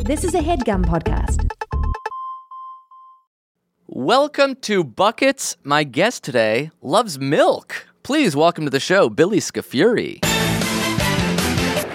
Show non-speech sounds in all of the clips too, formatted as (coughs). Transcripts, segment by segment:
This is a headgum podcast. Welcome to Buckets. My guest today loves milk. Please welcome to the show, Billy Scafuri.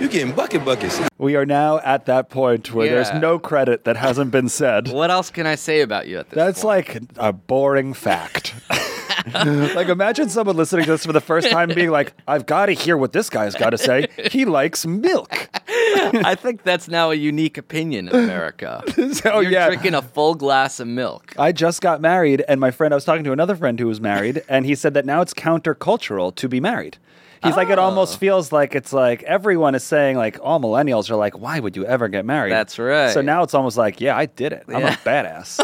You getting bucket buckets. We are now at that point where Yeah. there's no credit that hasn't (laughs) been said. What else can I say about you at this That's point? like a boring fact. (laughs) like imagine someone listening to this for the first time being like, I've got to hear what this guy's got to say. He likes milk. (laughs) I think that's now a unique opinion in America. (laughs) Oh You're yeah. drinking a full glass of milk. I just got married and my friend I was talking to another friend who was married and he said that now it's countercultural to be married. He's like it Oh. almost feels like it's like everyone is saying like all millennials are like why would you ever get married? That's right. So now it's almost like yeah, I did it. I'm Yeah. a (laughs) badass.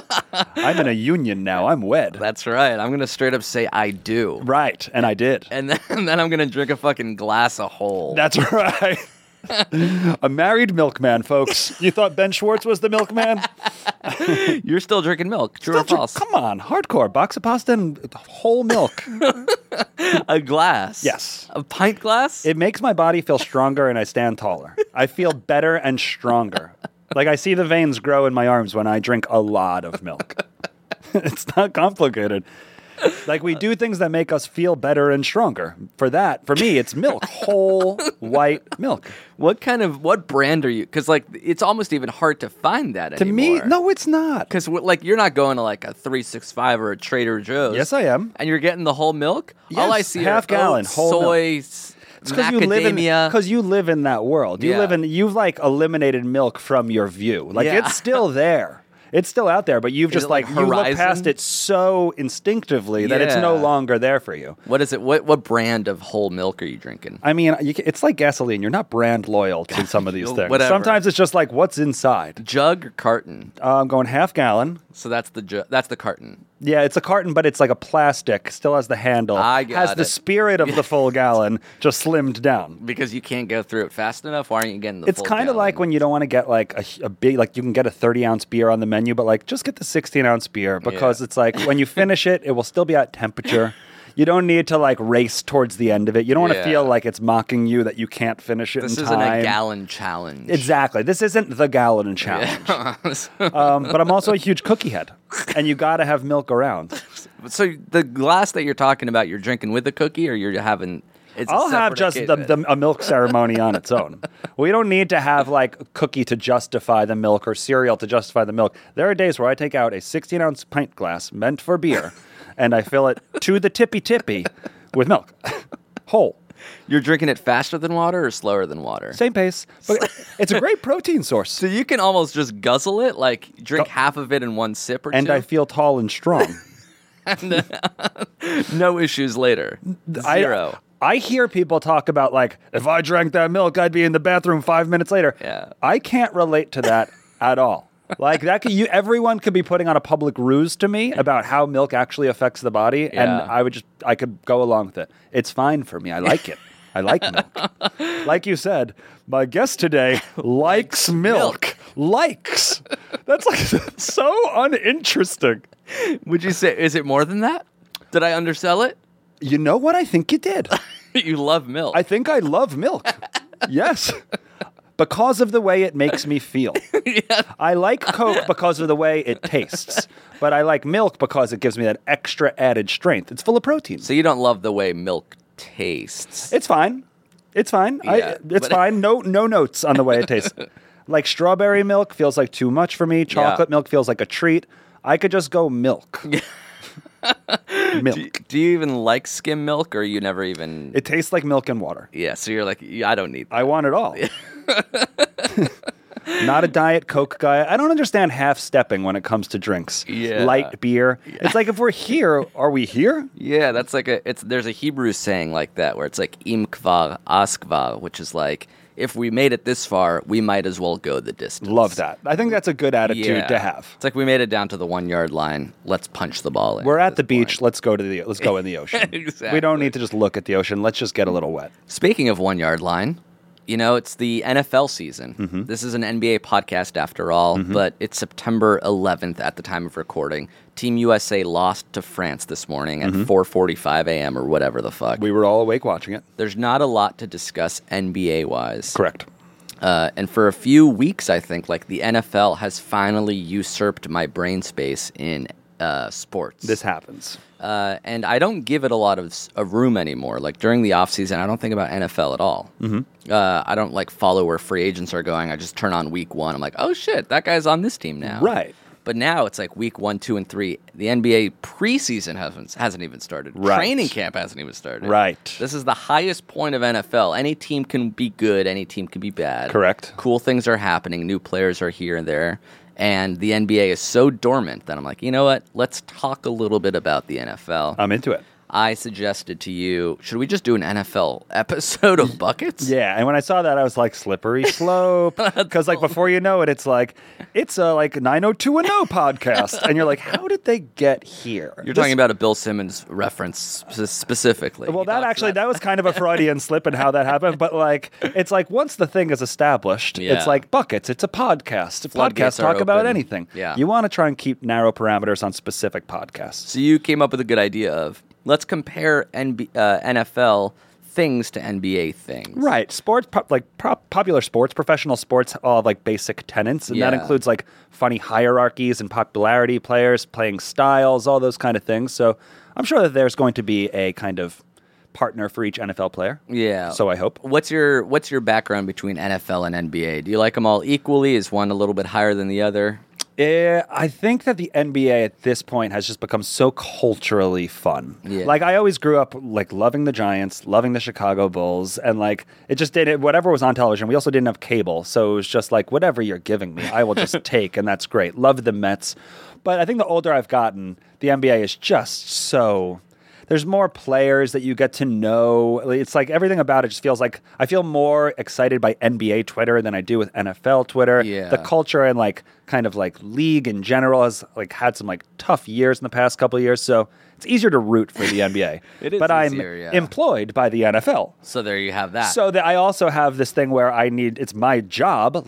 I'm in a union now. I'm wed. That's right. I'm going to straight up say I do. Right, and I did. And then, (laughs) and then I'm going to drink a fucking glass of whole. That's (laughs) (laughs) right. a married milkman, folks. You thought Ben Schwartz was the milkman? You're still drinking milk. True or Don't (laughs) you- false? Come on, hardcore box of pasta and whole milk. A glass. Yes. A pint glass? It makes my body feel stronger and I stand taller. I feel better and stronger. Like I see the veins grow in my arms when I drink a lot of milk. (laughs) it's not complicated. Like we do things that make us feel better and stronger. For that, for me, it's milk, whole white milk. What kind of what brand are you? Because like it's almost even hard to find that To me, no, it's not. Because like you're not going to like a three six five or a Trader Joe's. Yes, I am. And you're getting the whole milk. All Yes, I see half are gallon, oats, whole milk. soy, s- you live in macadamia. because you live in that world. You Yeah. live in you've like eliminated milk from your view. Like Yeah. it's still there. It's still out there, but you've Is just it like like, you look Horizon? past it so instinctively that it's no Yeah. longer there for you. what is it? What what brand of whole milk are you drinking? I mean, you, ca- it's like gasoline. You're not brand loyal to (laughs) some of these things. Whatever. Sometimes it's just like what's inside. Jug or carton? Uh, I'm going half gallon. So that's the ju- that's the carton. Yeah, it's a carton, but it's like a plastic. Still has the handle. I has got the it. spirit of (laughs) the full gallon, just slimmed down. Because you can't go through it fast enough. Why aren't you getting the? It's full kind of gallon? like when you don't want to get like a, h- a big, like you can get a 30 ounce beer on the menu, but like just get the 16 ounce beer because Yeah. it's like when you finish it, it will still be at (laughs) temperature. You don't need to like race towards the end of it. You don't want to Yeah. feel like it's mocking you that you can't finish it this in isn't time. a gallon challenge. (laughs) Exactly. This isn't the gallon challenge. (laughs) um, but I'm also a huge cookie head, and you got to have milk around. So the glass that you're talking about, you're drinking with a cookie, or you're having. It's a I'll have separate just the, occasion? the, a milk ceremony on (laughs) its own. We don't need to have like cookie to justify the milk or cereal to justify the milk. There are days where I take out a 16 ounce pint glass meant (laughs) for beer and I fill it to the tippy tippy with milk. Whole. You're drinking it faster than water or slower than water. Same pace. But it's a great protein source. So you can almost just guzzle it, like drink half of it in one sip or And two, I feel tall and strong. (laughs) no issues later. I- (laughs) Zero. I, hear people talk about like, if I drank that milk, I'd be in the bathroom five minutes later. Yeah. I can't relate (laughs) to that at all. Like that, could, you everyone could be putting on a public ruse to me about how milk actually affects the body, Yeah. and I would just I could go along with it. It's fine for me. I like it. I (laughs) like milk. Like you said, my guest today likes milk. Likes. That's like (laughs) so uninteresting. Would you say is it more than that? Did I undersell it? (laughs) You know what? I think you did. you love milk. I think I love milk. yes. Because of the way it makes me feel. I like Coke because of the way it tastes, but I like milk because it gives me that extra added strength. It's full of protein. so you don't love the way milk tastes. It's fine. It's fine. I, Yeah, it's but- fine. No, no notes on the way (laughs) it tastes. like strawberry milk feels like too much for me. Chocolate milk feels like a treat. I could just (laughs) go milk. milk. Do, do you even like skim milk, or you never even? it tastes like milk and water. yeah. So you're like, yeah, I don't need. That. I want (laughs) it all. Not a diet Coke guy. I don't understand half stepping when it comes to drinks. Yeah. Light beer. It's like if we're here, are we here? Yeah, that's like a it's there's a Hebrew saying like that where it's like im kvar askvar, which is like if we made it this far, we might as well go the distance. Love that. I think that's a good attitude Yeah. to have. It's like we made it down to the one yard line. Let's punch the ball in. We're at the this beach. point. Let's go to the let's go in the ocean. We (laughs) Exactly. don't need to just look at the ocean. Let's just get a little wet. Speaking of one yard line, you know it's the NFL season. Mm-hmm. This is an NBA podcast after all, but it's September 11th at the time of recording. Team USA lost to France this morning Mm-hmm. at 4:45 a.m. or whatever the fuck. We were all awake watching it. There's not a lot to discuss NBA wise. Correct. Uh, and for a few weeks, I think like the NFL has finally usurped my brain space in uh, sports. This happens. uh, and I don't give it a lot of s- of room anymore. Like during the off season, I don't think about NFL at all. Mm-hmm. Uh, I don't like follow where free agents are going. I just turn on week one. I'm like, oh shit, that guy's on this team now. Right. But now it's like week one, two, and three. The NBA preseason hasn't hasn't even started. Right. Training camp hasn't even started. Right. This is the highest point of NFL. Any team can be good. Any team can be bad. Correct. Cool things are happening. New players are here and there. And the NBA is so dormant that I'm like, you know what? Let's talk a little bit about the NFL. I'm into it. I suggested to you, should we just do an NFL episode (laughs) of buckets? Yeah, and when I saw that, I was like, slippery slope. Because, like, before you know it, it's like, it's a like 90210 podcast. And you're like, how did they get here? You're This- talking about a Bill Simmons reference sp- specifically. (laughs) Well, He that talks actually, about- that was kind of a Freudian slip in how that happened. But, like, it's like once the thing is established, Yeah. it's like buckets. It's a podcast. Floodgates Podcasts are talk about open. anything. Yeah. You want to try and keep narrow parameters on specific podcasts. So you came up with a good idea of let's compare NB, uh, NFL things to NBA things. Right. Sports, pop, like prop, popular sports, professional sports all have like basic tenets. And that Yeah. includes like funny hierarchies and popularity, players, playing styles, all those kind of things. So I'm sure that there's going to be a kind of partner for each NFL player. Yeah. So I hope. What's your What's your background between NFL and NBA? Do you like them all equally? Is one a little bit higher than the other? Eh, I think that the NBA at this point has just become so culturally fun. Yeah. Like I always grew up like loving the Giants, loving the Chicago Bulls, and like it just did it. Whatever was on television, we also didn't have cable, so it was just like whatever you're giving me, I will (laughs) just take, and that's great. Love the Mets, but I think the older I've gotten, the NBA is just so. There's more players that you get to know. It's like everything about it just feels like I feel more excited by NBA Twitter than I do with NFL Twitter. Yeah. The culture and like kind of like league in general has like had some like tough years in the past couple of years, so it's easier to root for the NBA. (laughs) It is but easier, I'm yeah. Ah. employed by the NFL. So there you have that. So that I also have this thing where I need it's my job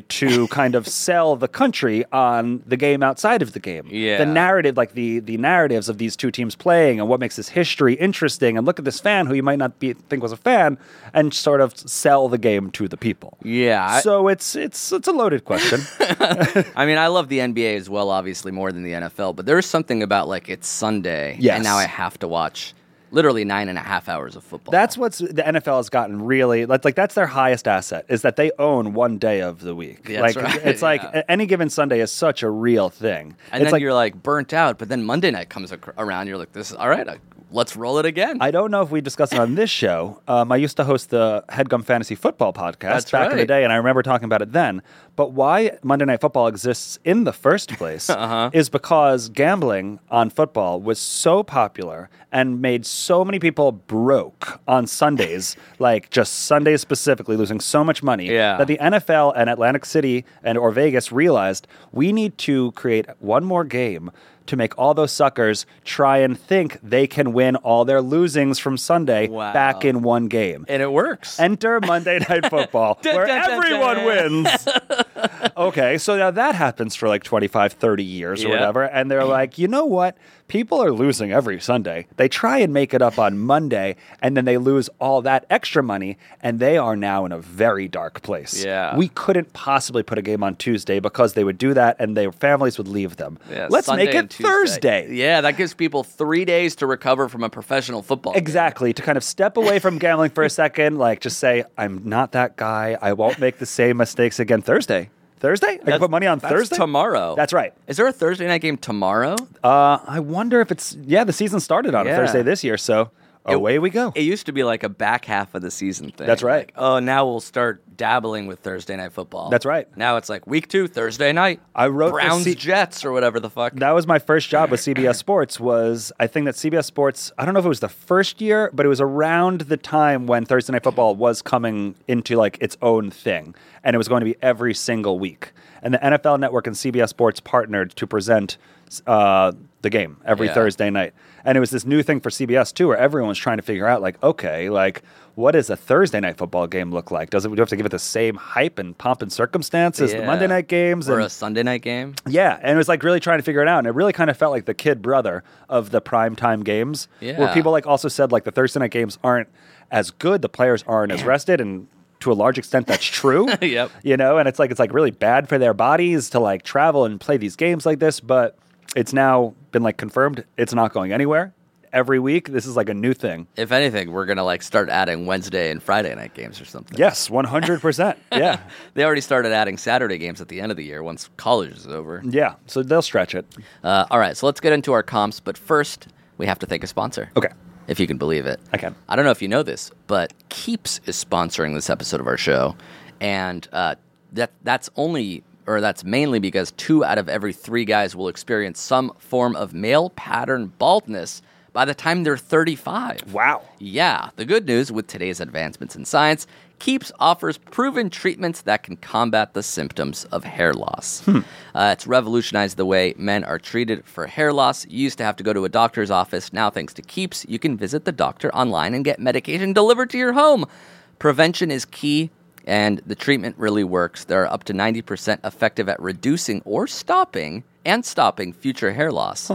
(laughs) to kind of sell the country on the game outside of the game. Yeah. The narrative like the the narratives of these two teams playing and what makes this history interesting and look at this fan who you might not be think was a fan and sort of sell the game to the people. yeah, I- So it's it's it's a loaded question. (laughs) I mean, I love the NBA as well, obviously more than the NFL. But there is something about like it's Sunday, Yes. and now I have to watch literally nine and a half hours of football. That's what's the NFL has gotten really like, like that's their highest asset is that they own one day of the week. That's like right, it's like yeah. a- any given Sunday is such a real thing. and it's then like you're like burnt out. But then Monday night comes ac- around, you're like, this is all right. I, let's roll it again. I don't know if we discussed it on this show. Um, I used to host the Headgum Fantasy Football podcast That's back in the right. day, and I remember talking about it then. But why Monday Night Football exists in the first (laughs) place Uh-huh. is because gambling on football was so popular and made so many people broke (laughs) on Sundays, like just Sundays specifically, losing so much money Yeah. that the NFL and Atlantic City and or Vegas realized we need to create one more game to make all those suckers try and think they can win all their losings from Sunday Wow. back in one game. and it works. Enter (laughs) Monday Night Football, Dun, where dun, dun, everyone dun. (laughs) wins. okay, so now that happens for like 25, 30 years or Yeah. whatever. And they're like, you know what? People are losing every Sunday. They try and make it up on Monday, and then they lose all that extra money, and they are now in a very dark place. Yeah. We couldn't possibly put a game on Tuesday because they would do that and their families would leave them. Yeah, Let's Sunday make it and Tuesday. Thursday. Yeah, that gives people three days to recover from a professional football. game. Exactly. To kind of step away from gambling for a second, like just say, I'm not that guy. I won't make the same mistakes again Thursday. Thursday? I can put money on That's Thursday? tomorrow. That's right. Is there a Thursday night game tomorrow? Uh, I wonder if it's, yeah, the season started on Yeah. a Thursday this year. So away we go. It used to be like a back half of the season thing. That's right. Like, oh, now we'll start dabbling with Thursday night football. That's right. Now it's like week two, Thursday night. I wrote the Browns se- Jets or whatever the fuck. that was my first job with CBS Sports was I think that CBS Sports I don't know if it was the first year but it was around the time when Thursday Night Football was coming into like its own thing and it was going to be every single week and the NFL Network and CBS Sports partnered to present uh, the game every Yeah. Thursday night and it was this new thing for CBS too where everyone was trying to figure out like okay like what does a Thursday Night Football game look like does it do we have to give it the same hype and pomp and circumstance as the Yeah. Monday night games or and a Sunday night game. yeah, and it was like really trying to figure it out, and it really kind of felt like the kid brother of the primetime games, Yeah. where people like also said like the Thursday night games aren't as good, the players aren't as rested, and to a large extent that's true. (laughs) Yep. You know, and it's like it's like really bad for their bodies to like travel and play these games like this, but it's now been like confirmed it's not going anywhere. Every week, this is like a new thing. If anything, we're gonna like start adding Wednesday and Friday night games or something. Yes, one (laughs) hundred percent. Yeah, They already started adding Saturday games at the end of the year once college is over. yeah. So they'll stretch it. Uh, all right, so let's get into our comps, but first we have to thank a sponsor. Okay. If you can believe it. I can. I don't know if you know this, but Keeps is sponsoring this episode of our show, and uh, that that's only or that's mainly because two out of every three guys will experience some form of male pattern baldness by the time they're 35. Wow. Yeah, the good news with today's advancements in science, Keeps offers proven treatments that can combat the symptoms of hair loss. Uh, it's revolutionized the way men are treated for hair loss. You used to have to go to a doctor's office. Now, thanks to Keeps, you can visit the doctor online and get medication delivered to your home. Prevention is key, and the treatment really works. They're up to 90% effective at reducing or stopping and stopping future hair loss.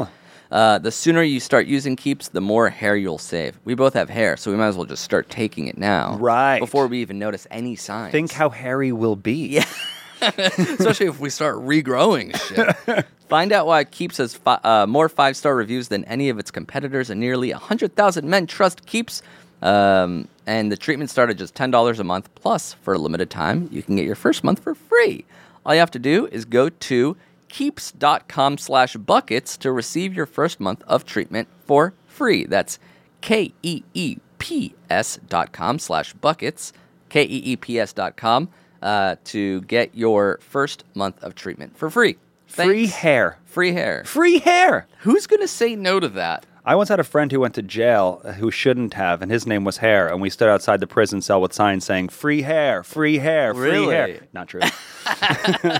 Uh, the sooner you start using keeps, the more hair you'll save. We both have hair, so we might as well just start taking it now. Right. Before we even notice any signs. Think how hairy will be. Yeah. (laughs) Especially if we start regrowing shit. Find out why Keeps has fi- uh, more five star reviews than any of its competitors, and nearly 100,000 men trust Keeps. Um, and the treatment started just $10 a month. Plus, for a limited time, you can get your first month for free. All you have to do is go to keeps.com slash buckets to receive your first month of treatment for free. That's K E E P S dot com slash buckets, K E E P S dot com, uh, to get your first month of treatment for free. Free Thanks. hair. Free hair. Free hair. Who's going to say no to that? I once had a friend who went to jail uh, who shouldn't have, and his name was Hair. And we stood outside the prison cell with signs saying "Free Hair, Free Hair, Free Really? Hair." Not true. (laughs)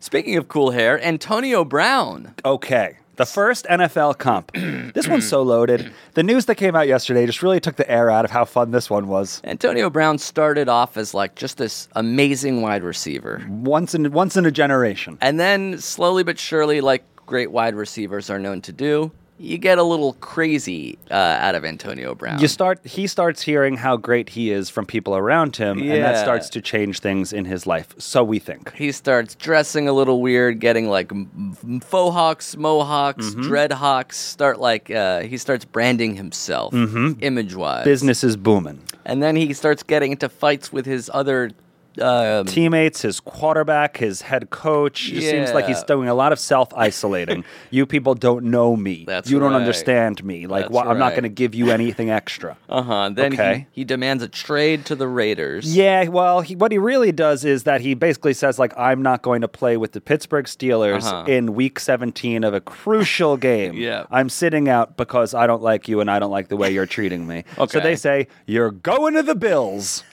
Speaking of cool hair, Antonio Brown. okay. The first NFL (clears throat) comp. this one's so loaded. The news that came out yesterday just really took the air out of how fun this one was. Antonio Brown started off as like just this amazing wide receiver. Once in once in a generation. And then slowly but surely, like great wide receivers are known to do, you get a little crazy uh, out of Antonio Brown. You start. He starts hearing how great he is from people around him, and that Yeah. starts to change things in his life. So we think. he starts dressing a little weird, getting like m- m- faux hawks, mohawks, dreadhawks. Start like uh, he starts branding himself, image wise, Business is booming. and then he starts getting into fights with his other. Um, teammates, his quarterback, his head coach. It just seems like Yeah. he's doing a lot of self (laughs) isolating. you people don't know me. That's you don't right. understand me. Like, That's wha- I'm not right. going to give you anything (laughs) extra. uh huh. Then Okay. he, he demands a trade to the Raiders. Yeah, well, he, what he really does is that he basically says like I'm not going to play with the Pittsburgh Steelers Uh-huh. in week 17 of (laughs) a crucial game. Yeah. I'm sitting out because I don't like you and I don't like the way you're treating me. (laughs) So Okay. they say you're going to (laughs) the Bills.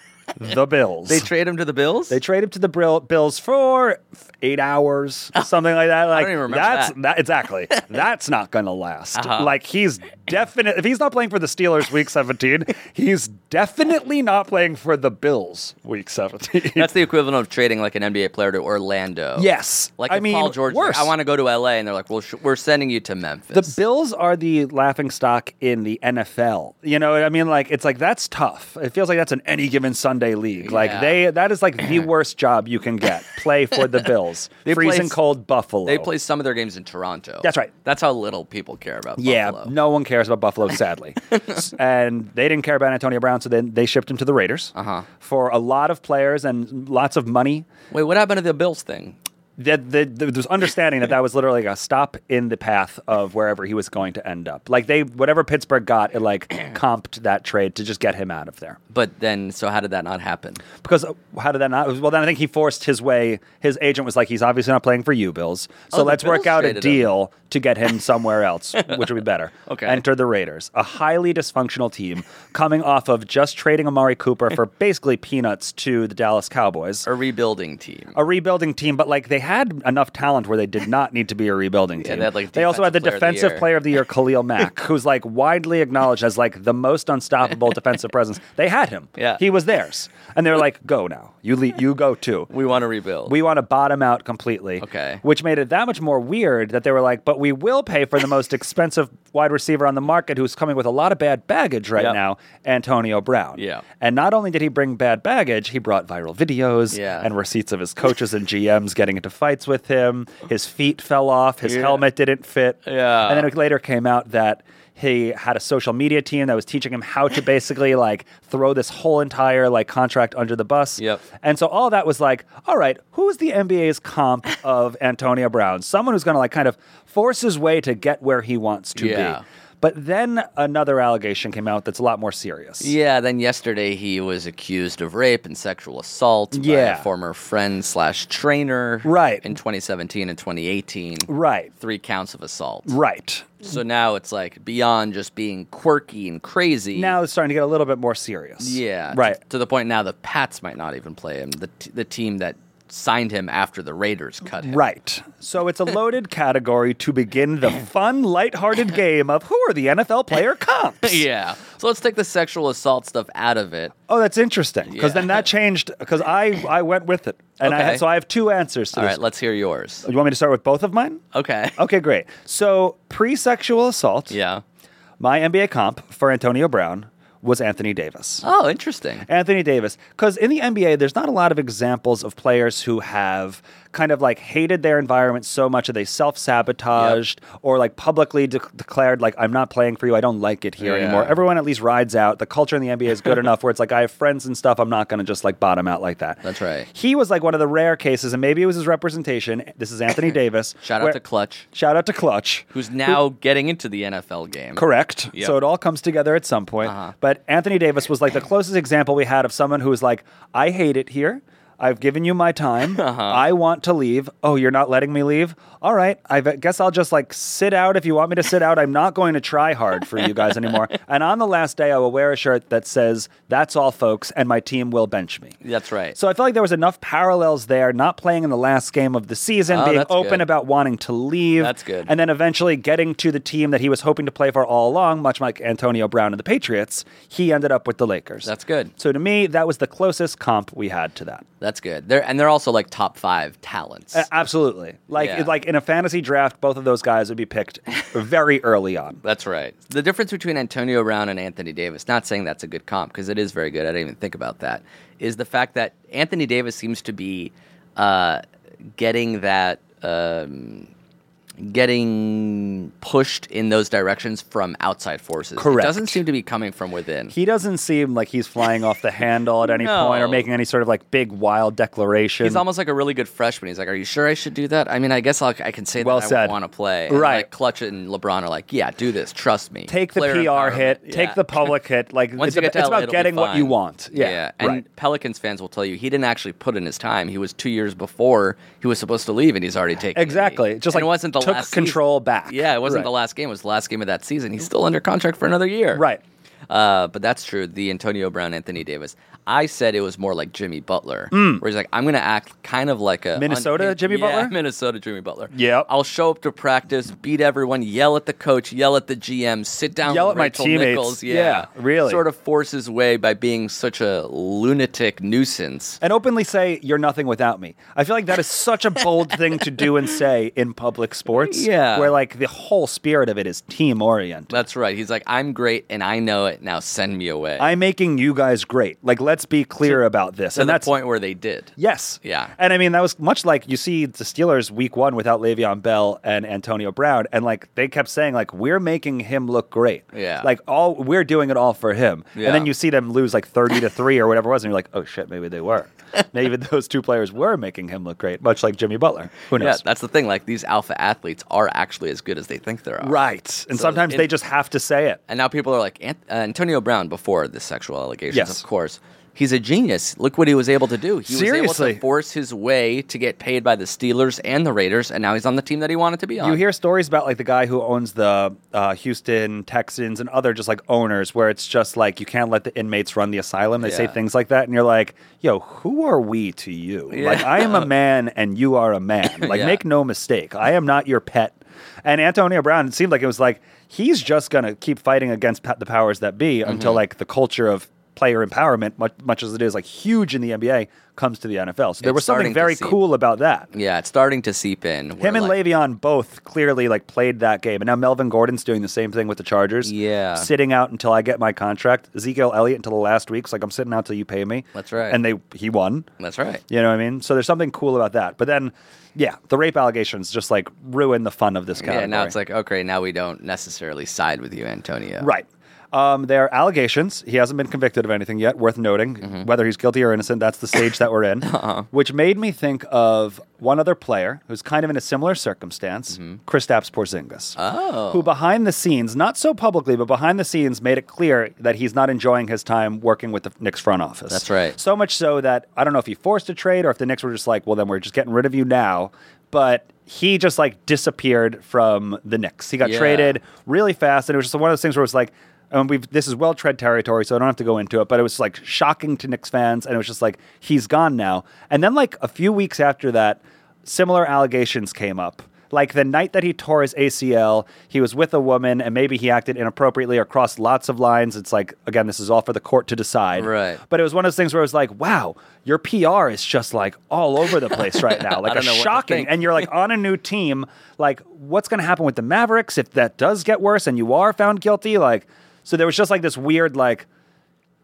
the Bills. They trade him to the Bills. They trade him to the Brill- Bills for f- (laughs) eight hours, something like that. Like even remember that's that. (laughs) Uh-huh. exactly. that's not going to last. Like he's definite. If he's not playing for the Steelers (laughs) week seventeen, he's definitely not playing for the Bills week seventeen. That's the equivalent of trading like an NBA player to Orlando. (laughs) yes, Like I if mean, Paul George, worse. I want to go to LA, and they're like, "Well, sh- we're sending you to Memphis." The Bills are the laughing stock in the NFL. You know what I mean? Like it's like that's tough. It feels like that's an any given Sunday league. Like Yeah. they that is like (clears throat) the worst job you can get. Play for the Bills. They play Freezing s- cold Buffalo. They play some of their games in Toronto. That's right. That's how little people care about Yeah, Buffalo. no one cares about (laughs) Buffalo, sadly. S- and they didn't care about Antonio Brown, so then they shipped him to the Raiders Uh-huh. for a lot of players and lots of money. Wait, what happened to the Bills thing? That the, there was understanding that that was literally a stop in the path of wherever he was going to end up. Like they, whatever Pittsburgh got, it like (clears throat) comped that trade to just get him out of there. But then, so how did that not happen? Because uh, how did that not? Well, then I think he forced his way. His agent was like, "He's obviously not playing for you, Bills. Oh, So the let's work Bills out a traded him. deal to (laughs) get him somewhere else, which would be better. Okay. Enter the Raiders, a highly dysfunctional team coming off of just trading Amari Cooper (laughs) for basically peanuts to the Dallas Cowboys. A rebuilding team. A rebuilding team, but like they had enough talent where they did not need to be (laughs) a rebuilding team. they had, like, also had the defensive defensive player player of the year, (laughs) Khalil Mack, who's like widely acknowledged as like the most unstoppable defensive presence. They had him. Yeah. He was theirs. And they were like, go now. You le- you go too. We want to rebuild. We want to bottom out completely. Okay. Which made it that much more weird that they were like, but we will pay for the most expensive wide receiver on the market who's coming with a lot of bad baggage right Yep. now, Antonio Brown. Yeah. And not only did he bring bad baggage, he brought viral videos Yeah. and receipts of his coaches and GMs getting into fights with him. His feet fell off, his Yeah. helmet didn't fit. Yeah. And then it later came out that he had a social media team that was teaching him how to basically like throw this whole entire like contract under the bus. Yep. And so all that was like, all right, who's the NBA's comp of (laughs) Antonio Brown? Someone who's going to like kind of force his way to get where he wants to Yeah. be. But then another allegation came out that's a lot more serious. Yeah, then yesterday he was accused of rape and sexual assault by Yeah. a former friend slash trainer. Right. In 2017 and 2018. Right. Three counts of assault. Right. So now it's like beyond just being quirky and crazy. Now it's starting to get a little bit more serious. yeah, Right. To, to the point now the Pats might not even play him. The t- the team that signed him after the Raiders cut him. Right. So it's a loaded category to begin the fun, lighthearted game of who are the NFL (laughs) player (laughs) comps? Yeah. So let's take the sexual assault stuff out of it. Oh, that's interesting. Because Yeah. then that changed because I, I went with it. And I Okay. had, so I have two answers to All this. right, let's Oh. hear yours. you want me to start with both of mine? Okay. (laughs) Okay, great. So pre sexual assault, Yeah. my NBA comp for Antonio Brown was Anthony Davis. Oh, interesting. Anthony Davis. Because in the NBA, there's not a lot of examples of players who have kind of like hated their environment so much that they self sabotaged or like publicly de- declared, like, I'm not playing for you. I don't like it here Yeah. anymore. Everyone at least rides out. The culture in the NBA is (laughs) good enough where it's like, I have friends and stuff. I'm not going to just like bottom out like that. That's right. He was like one of the rare cases, and maybe it was his representation. This (laughs) is Anthony Davis. Shout out where- to Clutch. Shout out to Clutch. Who's now getting into the NFL game? Correct. Yep. Uh-huh. So it all comes together at some point. But Anthony Davis was like the closest example we had of someone who was like, I hate it here. I've given you (laughs) my time. Uh-huh. I want to leave. Oh, you're not letting me leave? All right. I ve- guess I'll just like sit out if you want me to sit out. I'm not going to try hard for you (laughs) guys anymore. and on the last day, I will wear a shirt that says, That's all, folks, and my team will bench me. That's right. So I feel like there was enough parallels there, not playing in the last game of the season, Oh, being that's open good. about wanting to leave. That's good. And then eventually getting to the team that he was hoping to play for all along, much like Antonio Brown and the Patriots, he ended up with the Lakers. That's good. So to me, that was the closest comp we had to that. That's good. They're and they're also like top five talents. A- Absolutely. Like Yeah. like in a fantasy draft, both of those guys would be picked very early on. that's right. The difference between Antonio Brown and Anthony Davis, not saying that's a good comp because it is very good. I didn't even think about that. Is the fact that Anthony Davis seems to be uh, getting that um, getting pushed in those directions from outside forces. Correct. It doesn't seem to be coming from within. He doesn't seem like he's flying off the handle at (laughs) any No. point or making any sort of like big wild declaration. He's almost like a really good freshman. He's like, "Are you sure I should do that? I mean, I guess I'll, I can say Well that said. I want to play." And, Right. Like Clutch and LeBron are like, "Yeah, do this. Trust me. take the Player PR empowerment." hit, Yeah. take the (laughs) public hit. Like Once it's, you ab- get to LA, it's about it'll be getting what you fine. want. Yeah, and right. Pelicans fans will tell you he didn't actually put in his time. He was two years before he was supposed to leave, and he's already taken. a knee. Exactly. Just And like it wasn't the took last control season. back. Yeah, it wasn't Right. the last game. It was the last game of that season. He's still under contract for another year. Right. Uh, but that's true. The Antonio Brown, Anthony Davis. I said it was more like Jimmy Butler, where he's like, I'm going to act kind of like a Hmm. Minnesota Jimmy Yeah, (laughs) Butler? Minnesota Jimmy Butler. Yep. I'll show up to practice, beat everyone, yell at the coach, yell at the GM, sit down, Yell with at my Rachel teammates. Nichols. Yeah, Yeah, really. Sort of force his way by being such a lunatic nuisance. And openly say you're nothing without me. I feel like that is such (laughs) a bold thing to do and say in public sports. Yeah. where like the whole spirit of it is team oriented. That's right. He's like, I'm great and I know it. Now send me away. I'm making you guys great. Like, let's be clear about this. to and the that's point where they did. Yes. Yeah. And I mean, that was much like you see the Steelers week one without Le'Veon Bell and Antonio Brown. And like they kept saying, like, we're making him look great. Yeah. Like all we're doing it all for him. Yeah. And then you see them lose like 30 to three or whatever it was. And you're like, oh shit, maybe (laughs) they were. maybe those two players were making him look great, much like Jimmy Butler. Who Yeah, knows? that's the thing. Like these alpha athletes are actually as good as they think they are. right. And So sometimes it- they just have to say it. And now people are like Ant- uh, Antonio Brown before the sexual allegations, Yes. of course. He's a genius. Look what he was able to do. He was able Seriously. to force his way to get paid by the Steelers and the Raiders, and now he's on the team that he wanted to be on. You hear stories about like the guy who owns the uh, Houston Texans and other just like owners where it's just like you can't let the inmates run the asylum. They say Yeah. things like that, and you're like, "Yo, who are we to you? Like, (laughs) I am a man, and you are a man. Like, Yeah. make no mistake, I am not your pet." And Antonio Brown, it Mm-hmm. seemed like it was like he's just gonna keep fighting against pa- the powers that be until like the culture of player empowerment, much, much as it is like huge in the NBA, comes to the NFL. So there It's was something starting to very seep. cool about that. Yeah, it's starting to seep in. We're Him and like- Le'Veon both clearly like played that game, and now Melvin Gordon's doing the same thing with the Chargers. Yeah. sitting out until I get my contract. Ezekiel Elliott until the last week's like I'm sitting out till you pay me. That's right. And they he won. That's right. You know what I mean? So there's something cool about that. But then, yeah, the rape allegations just like ruin the fun of this category. Yeah, now it's like, okay, now we don't necessarily side with you, Antonio. Right. Um, there are allegations. He hasn't been convicted of anything yet, worth noting. Mm-hmm. Whether he's guilty or innocent, that's the stage that (laughs) we're in. Uh-huh. Which made me think of one other player who's kind of in a similar circumstance, Kristaps Porzingis. Mm-hmm. Oh. Who behind the scenes, not so publicly, but behind the scenes made it clear that he's not enjoying his time working with the Knicks front office. That's right. So much so that I don't know if he forced a trade or if the Knicks were just like, well, then we're just getting rid of you now. But he just like disappeared from the Knicks. He got Yeah. traded really fast, and it was just one of those things where it's like, um, we've this is well tread territory, so I don't have to go into it. But it was like shocking to Knicks fans, and it was just like he's gone now. And then like a few weeks after that, similar allegations came up. Like the night that he tore his ACL, he was with a woman, and maybe he acted inappropriately or crossed lots of lines. It's like again, this is all for the court to decide. Right. But it was one of those things where it was like, wow, your PR is just like all over the place right (laughs) now. Like don't a know what to shocking, think. and you're like on a new team. Like, what's going to happen with the Mavericks if that does get worse and you are found guilty? Like, so there was just like this weird, like,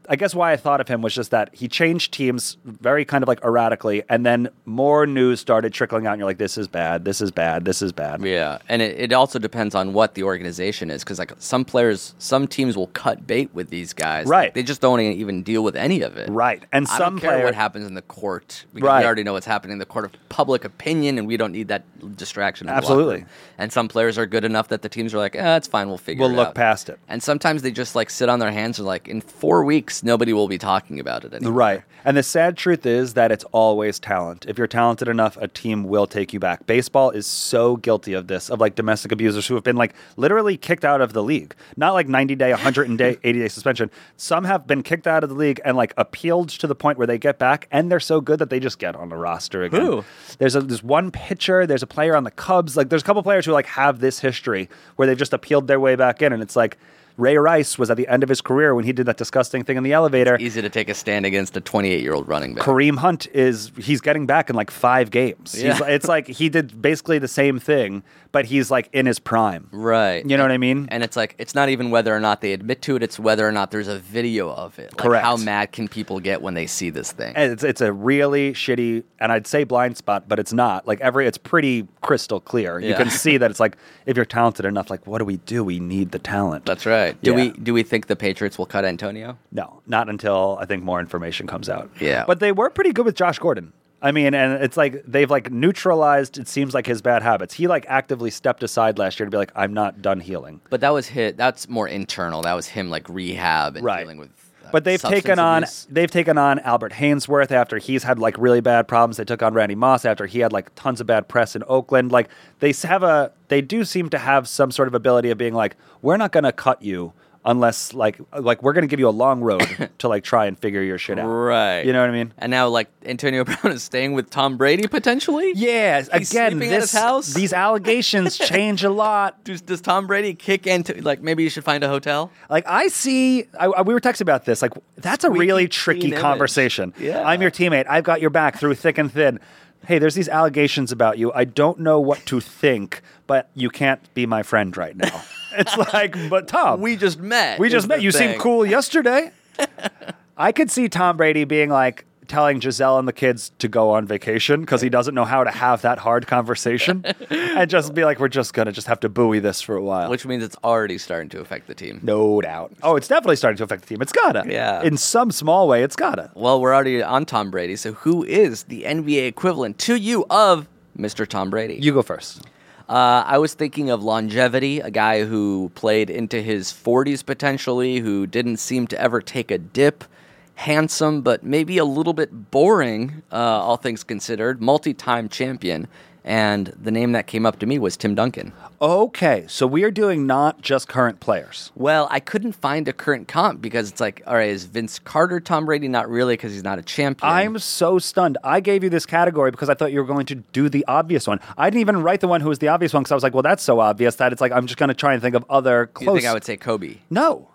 I guess why I thought of him was just that he changed teams very kind of like erratically, and then more news started trickling out, and you're like, this is bad, this is bad, this is bad. Yeah, and it, it also depends on what the organization is because like some players, some teams will cut bait with these guys. Like, Right. they just don't even deal with any of it. Right. And I some don't care player- what happens in the court because Right. we already know what's happening in the court of public opinion, and we don't need that distraction. in the locker Absolutely. room. And some players are good enough that the teams are like, eh, it's fine, we'll figure. We'll it look out." past it. And sometimes they just like sit on their hands and like in four weeks nobody will be talking about it anymore. Right. And the sad truth is that it's always talent. If you're talented enough, a team will take you back. Baseball is so guilty of this, of like domestic abusers who have been like literally kicked out of the league. Not like 90 day, 180 day suspension. Some have been kicked out of the league and like appealed to the point where they get back and they're so good that they just get on the roster again. Who? There's a, there's one pitcher, there's a player on the Cubs. Like there's a couple players who like have this history where they've just appealed their way back in and it's like Ray Rice was at the end of his career when he did that disgusting thing in the elevator. Easy to take a stand against a 28 year old running back. Kareem Hunt is he's getting back in like five games. He's, Yeah. it's like he did basically the same thing, but he's like in his prime. Right. You know what I mean? And it's like it's not even whether or not they admit to it; it's whether or not there's a video of it. Like, Correct. How mad can people get when they see this thing? And it's it's a really shitty and I'd say blind spot, but it's not. Like every it's pretty crystal clear. You Yeah. can see that it's like if you're talented enough, like what do we do? We need the talent. That's right. Do Yeah. we do we think the Patriots will cut Antonio? No, not until I think more information comes out. Yeah. But they were pretty good with Josh Gordon. I mean, and it's like they've like neutralized it seems like his bad habits. He like actively stepped aside last year to be like, I'm not done healing. But that was hit. That's more internal. That was him like rehab and right. dealing with. uh, but they've substance taken on abuse. they've taken on Albert Hainsworth after he's had like really bad problems. They took on Randy Moss after he had like tons of bad press in Oakland. Like they s- have a they do seem to have some sort of ability of being like we're not going to cut you unless like like we're going to give you a long (coughs) road to like try and figure your shit out. Right. You know what I mean? And now like Antonio (laughs) Brown is staying with Tom Brady potentially. Yeah, He's again, sleeping at his this house? (laughs) these allegations change a lot. Does, does Tom Brady kick Antonio? Like maybe you should find a hotel. Like I see, I, I- we were texting about this. Like that's a really keep tricky seeing image. conversation. Yeah. I'm your teammate. I've got your back through thick and thin. Hey, there's these allegations about you. I don't know what to think, but you can't be my friend right now. (laughs) it's like, but Tom, We just met. we is just met. the You thing. (laughs) seemed cool yesterday. I could see Tom Brady being like telling Giselle and the kids to go on vacation because he doesn't know how to have that hard conversation, (laughs) and just be like, we're just gonna just have to buoy this for a while. Which means it's already starting to affect the team. No doubt. Oh, it's definitely starting to affect the team. It's gotta. Yeah. In some small way, it's gotta. Well, we're already on Tom Brady, so who is the NBA equivalent to you of Mr. Tom Brady? You go first. uh, I was thinking of longevity, a guy who played into his 40s potentially, who didn't seem to ever take a dip, handsome, but maybe a little bit boring, uh, all things considered, multi time champion. And the name that came up to me was Tim Duncan. Okay, so we are doing not just current players. Well, I couldn't find a current comp because it's like, all right, is Vince Carter Tom Brady? Not really, because he's not a champion. I'm so stunned. I gave you this category because I thought you were going to do the obvious one. I didn't even write the one who was the obvious one because I was like, well, that's so obvious that it's like I'm just going to try and think of other You close. think I would say Kobe? No.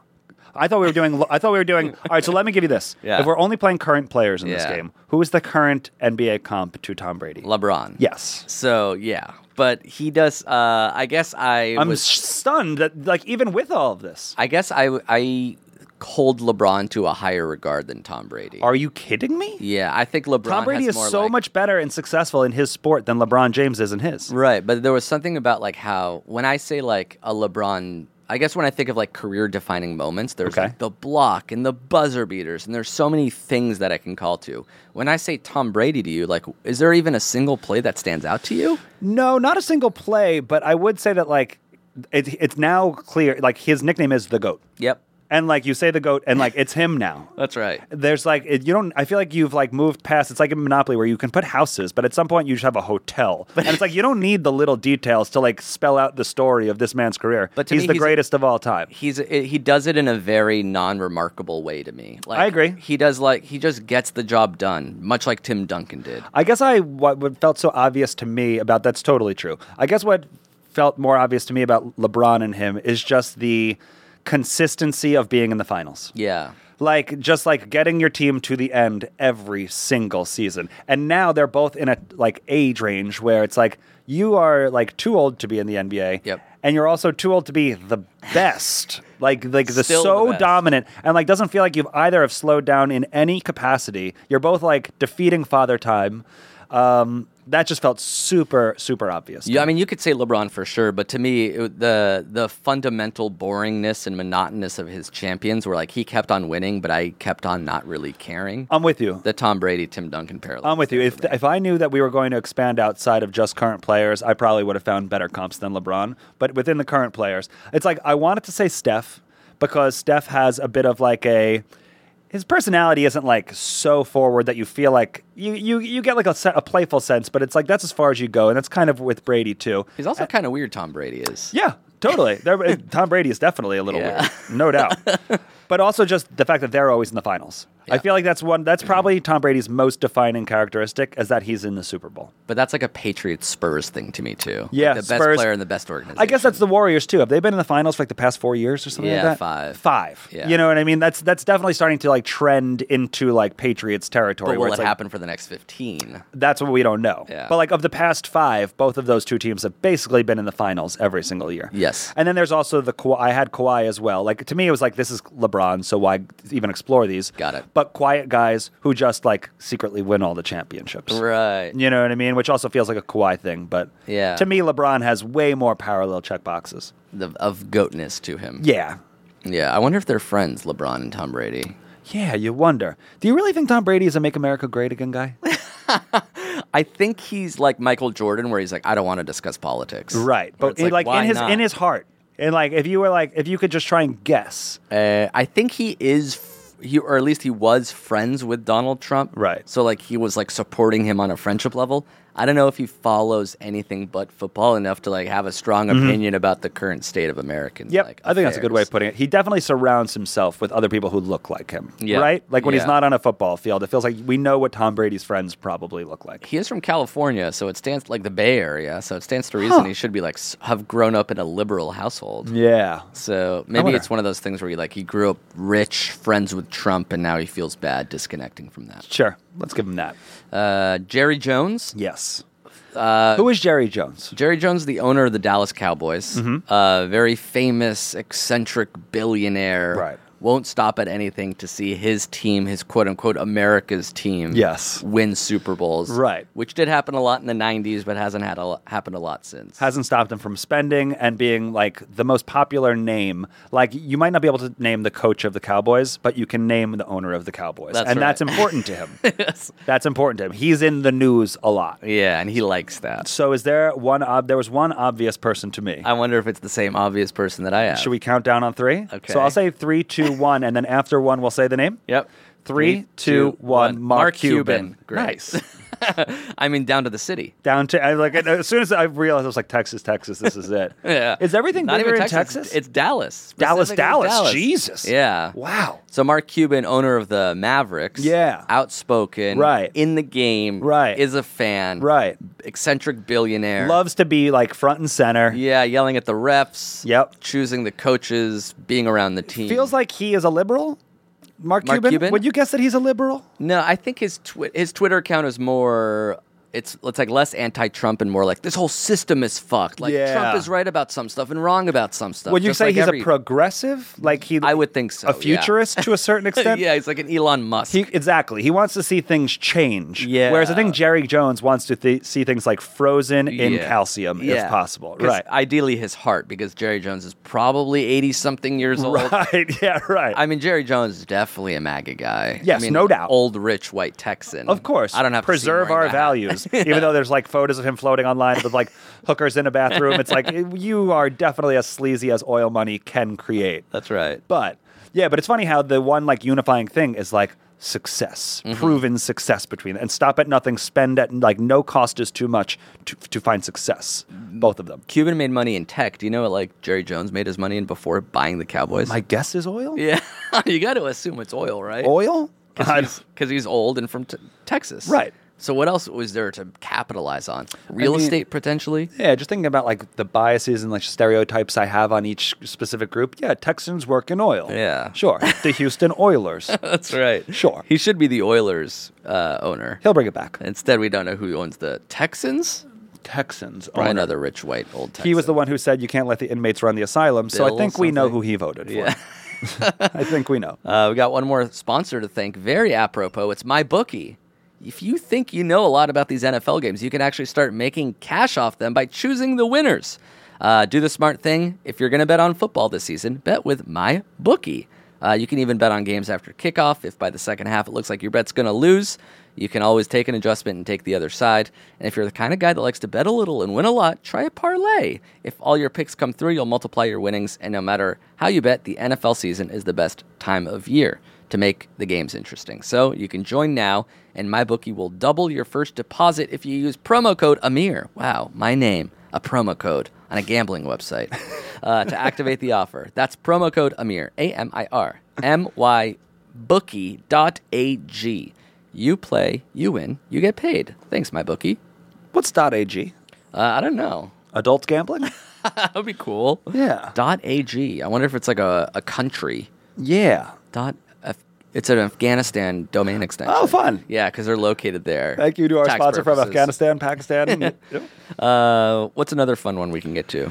I thought we were doing. I thought we were doing. All right, so let me give you this. Yeah. If we're only playing current players in this Yeah. game, who is the current NBA comp to Tom Brady? LeBron. yes. So yeah, but he does. Uh, I guess I I'm was. stunned that, like, even with all of this, I guess I I hold LeBron to a higher regard than Tom Brady. are you kidding me? yeah, I think LeBron. Tom Brady has is more so like- much better and successful in his sport than LeBron James is in his. Right, but there was something about like how when I say like a LeBron, I guess when I think of like career defining moments, there's Okay. like the block and the buzzer beaters, and there's so many things that I can call to. When I say Tom Brady to you, like, is there even a single play that stands out to you? No, not a single play, but I would say that like it, it's now clear. Like his nickname is the goat, Yep, and like you say the goat, and like it's him now. (laughs) that's right. There's like it, you don't. I feel like you've like moved past. It's like a Monopoly where you can put houses, but at some point you just have (laughs) a hotel, and it's like you don't need the little details to like spell out the story of this man's career. But to he's me, the he's- greatest of all time. He's he does it in a very non-remarkable way to me. Like, I agree. He does like he just gets the job done, much like Tim Duncan did. I guess I what, what felt so obvious to me about that's totally true. I guess what felt more obvious to me about LeBron and him is just the consistency of being in the finals. Yeah, Like just like getting your team to the end every single season. And now they're both in a like age range where it's like you are like too old to be in the NBA. Yep. And you're also too old to be the (laughs) best. like like the Still the so best. dominant and like doesn't feel like you've either have slowed down in any capacity. You're both like defeating father time. Um that just felt super super obvious. Yeah, I mean, you could say LeBron for sure, but to me, it, the the fundamental boringness and monotonous of his champions were like he kept on winning, but I kept on not really caring. I'm with you. the Tom Brady, Tim Duncan parallel. I'm with you. If if I knew that we were going to expand outside of just current players, I probably would have found better comps than LeBron. But within the current players, it's like I wanted to say Steph because Steph has a bit of like a his personality isn't like so forward that you feel like you you you get like a, se- a playful sense, but it's like that's as far as you go, and that's kind of with Brady too. He's also kind of weird. Tom Brady is. Yeah, (laughs) totally. They're- Tom Brady is definitely a little Yeah. weird, (laughs) no doubt. but also just the fact that they're always in the finals. I Yeah. feel like that's one. That's probably Tom Brady's most defining characteristic is that he's in the Super Bowl. but that's like a Patriots Spurs thing to me too. Like, Yeah, the best Spurs- player in the best organization. I guess that's the Warriors too. Have they been in the finals for like the past four years or something Yeah, like that? five. Five. Yeah. You know what I mean? That's that's definitely starting to like trend into like Patriots territory. But where will it's it like, happen for the next fifteen? That's what we don't know. Yeah. But like of the past five, both of those two teams have basically been in the finals every single year. Yes. And then there's also the Ka- I had Kawhi as well. Like to me, it was like this is LeBron, so why even explore these? Got it. But quiet guys who just like secretly win all the championships. Right. You know what I mean? Which also feels like a Kawhi thing, but Yeah. to me, LeBron has way more parallel check boxes. The, of goatness to him. Yeah. Yeah. I wonder if they're friends, LeBron and Tom Brady. Yeah, you wonder. Do you really think Tom Brady is a make America great (laughs) again guy? I think he's like Michael Jordan, where he's like, I don't want to discuss politics. right. Where But it's in, like, why in his not? in his heart. And like if you were like if you could just try and guess Uh, I think he is, f- he or at least he was friends with Donald Trump. Right. So like he was like supporting him on a friendship level. I don't know if he follows anything but football enough to like have a strong opinion about the current state of American. Mm-hmm. Yep, like, I think that's a good way of affairs. putting it. He definitely surrounds himself with other people who look like him, Yeah. right? Like when he's Yeah. not on a football field, it feels like we know what Tom Brady's friends probably look like. He is from California, so it stands like the Bay Area. So it stands to reason he should be like s- have grown up in a liberal household. Yeah, So I maybe wonder. it's one of those things where you like he grew up rich, friends with Trump, and now he feels bad disconnecting from that. sure. Let's give him that. Uh, Jerry Jones, Yes. Uh, who is Jerry Jones? Jerry Jones, the owner of the Dallas Cowboys, Mm-hmm. uh, very famous, eccentric billionaire, Right. won't stop at anything to see his team, his quote unquote America's team, Yes. win Super Bowls, Right. Which did happen a lot in the '90s, but hasn't had a lo- happened a lot since. Hasn't stopped him from spending and being like the most popular name. Like you might not be able to name the coach of the Cowboys, but you can name the owner of the Cowboys, That's and right. that's important to (laughs) him. That's important to him. He's in the news a lot. yeah, and he likes that. So is there one? Ob- there was one obvious person to me. I wonder if it's the same obvious person that I have. Should we count down on three? Oh. Okay. So I'll say (laughs) three, two, one, and then after one, we'll say the name. Yep. Three, two, one. Mark, Cuban. Great. (laughs) Nice. I mean, down to the city. down to I, like as soon as I realized I was like Texas, Texas, this is it. (laughs) Yeah. Is everything Not bigger even in Texas. Texas? It's Dallas. Dallas, Specifically Dallas, Jesus. Yeah. wow. So Mark Cuban, owner of the Mavericks, Yeah. outspoken, Right. in the game, Right. is a fan, Right. eccentric billionaire, Loves to be like front and center. yeah, yelling at the refs, Yep. choosing the coaches, being around the team. Feels like he is a liberal. Mark, Mark Cuban. Cuban? Would you guess that he's a liberal? no, I think his twi- his Twitter account is more. It's, it's like less anti-Trump and more like this whole system is fucked. Like Yeah. Trump is right about some stuff and wrong about some stuff. Would you just say like he's every- a progressive? Like he I would think so. a yeah. futurist to (laughs) a certain extent? yeah, he's like an Elon Musk. He, exactly. He wants to see things change. Yeah. Whereas I think Jerry Jones wants to th- see things like frozen in Yeah. calcium Yeah. if possible. 'Cause Right. Ideally, his heart, because Jerry Jones is probably 80 something years old. (laughs) right. Yeah, right. I mean, Jerry Jones is definitely a MAGA guy. Yes, I mean, no doubt. Old, rich, white Texan. Of course. I don't have to see him preserve wearing our a hat. (laughs) values. Even though there's like photos of him floating online with like (laughs) hookers in a bathroom, it's like (laughs) you are definitely as sleazy as oil money can create. That's right. But yeah, but it's funny how the one like unifying thing is like success, Mm-hmm. proven success between and stop at nothing, spend at like no cost is too much to, to find success. Mm. Both of them. Cuban made money in tech. Do you know what, like, Jerry Jones made his money in before buying the Cowboys? My guess is (laughs) oil. yeah. you got to assume it's oil, right? Oil. I Because he's, old and from t- Texas. Right. So what else was there to capitalize on? Real mean- estate, potentially? Yeah, just thinking about like the biases and like stereotypes I have on each specific group. Yeah, Texans work in oil. Yeah. Sure. (laughs) The Houston Oilers. That's (laughs) right. Sure. He should be the Oilers uh, owner. He'll bring it back. Instead, we don't know who owns the Texans. Texans. Or owner. another rich white old Texan. He was the one who said you can't let the inmates run the asylum. so I Bill think we know something. who he voted for. Yeah. (laughs) I think we know. Uh, we got one more sponsor to thank. Very apropos. It's my bookie. If you think you know a lot about these NFL games, you can actually start making cash off them by choosing the winners. Uh, do the smart thing. If you're going to bet on football this season, bet with my bookie. Uh, you can even bet on games after kickoff. If by the second half it looks like your bet's going to lose, you can always take an adjustment and take the other side. And if you're the kind of guy that likes to bet a little and win a lot, try a parlay. If all your picks come through, you'll multiply your winnings. And no matter how you bet, the NFL season is the best time of year to make the games interesting. So you can join now, and MyBookie will double your first deposit if you use promo code Amir. Wow, my name, a promo code on a gambling website uh, to activate the offer. That's promo code Amir, A M I R, M Y bookie.ag. You play, you win, you get paid. Thanks, my bookie. What's .ag? Uh, I don't know. Adult gambling? (laughs) That would be cool. Yeah. Dot .ag. I wonder if it's like a, a country. yeah. Dot F- it's an Afghanistan domain extension. Oh, fun. Yeah, because they're located there. Thank you to our Tax sponsor from purposes. (laughs) Afghanistan, Pakistan. Yep. Uh, what's another fun one we can get to?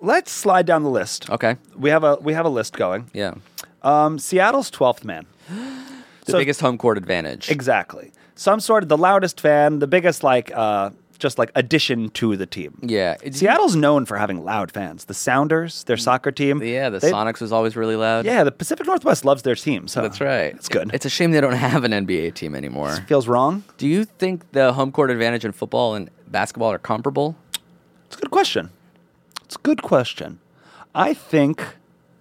Let's slide down the list. Okay. We have a we have a list going. Yeah. Um, Seattle's 12th man. The So- biggest home court advantage. Exactly. Some sort of the loudest fan, the biggest like uh, just like addition to the team. yeah. It's- Seattle's known for having loud fans. The Sounders, their soccer team. Mm. yeah, the they- Sonics was always really loud. Yeah, the Pacific Northwest loves their team. So That's right. It's good. It's a shame they don't (laughs) have an NBA team anymore. feels wrong. Do you think the home court advantage in football and basketball are comparable? It's a good question. It's a good question. I think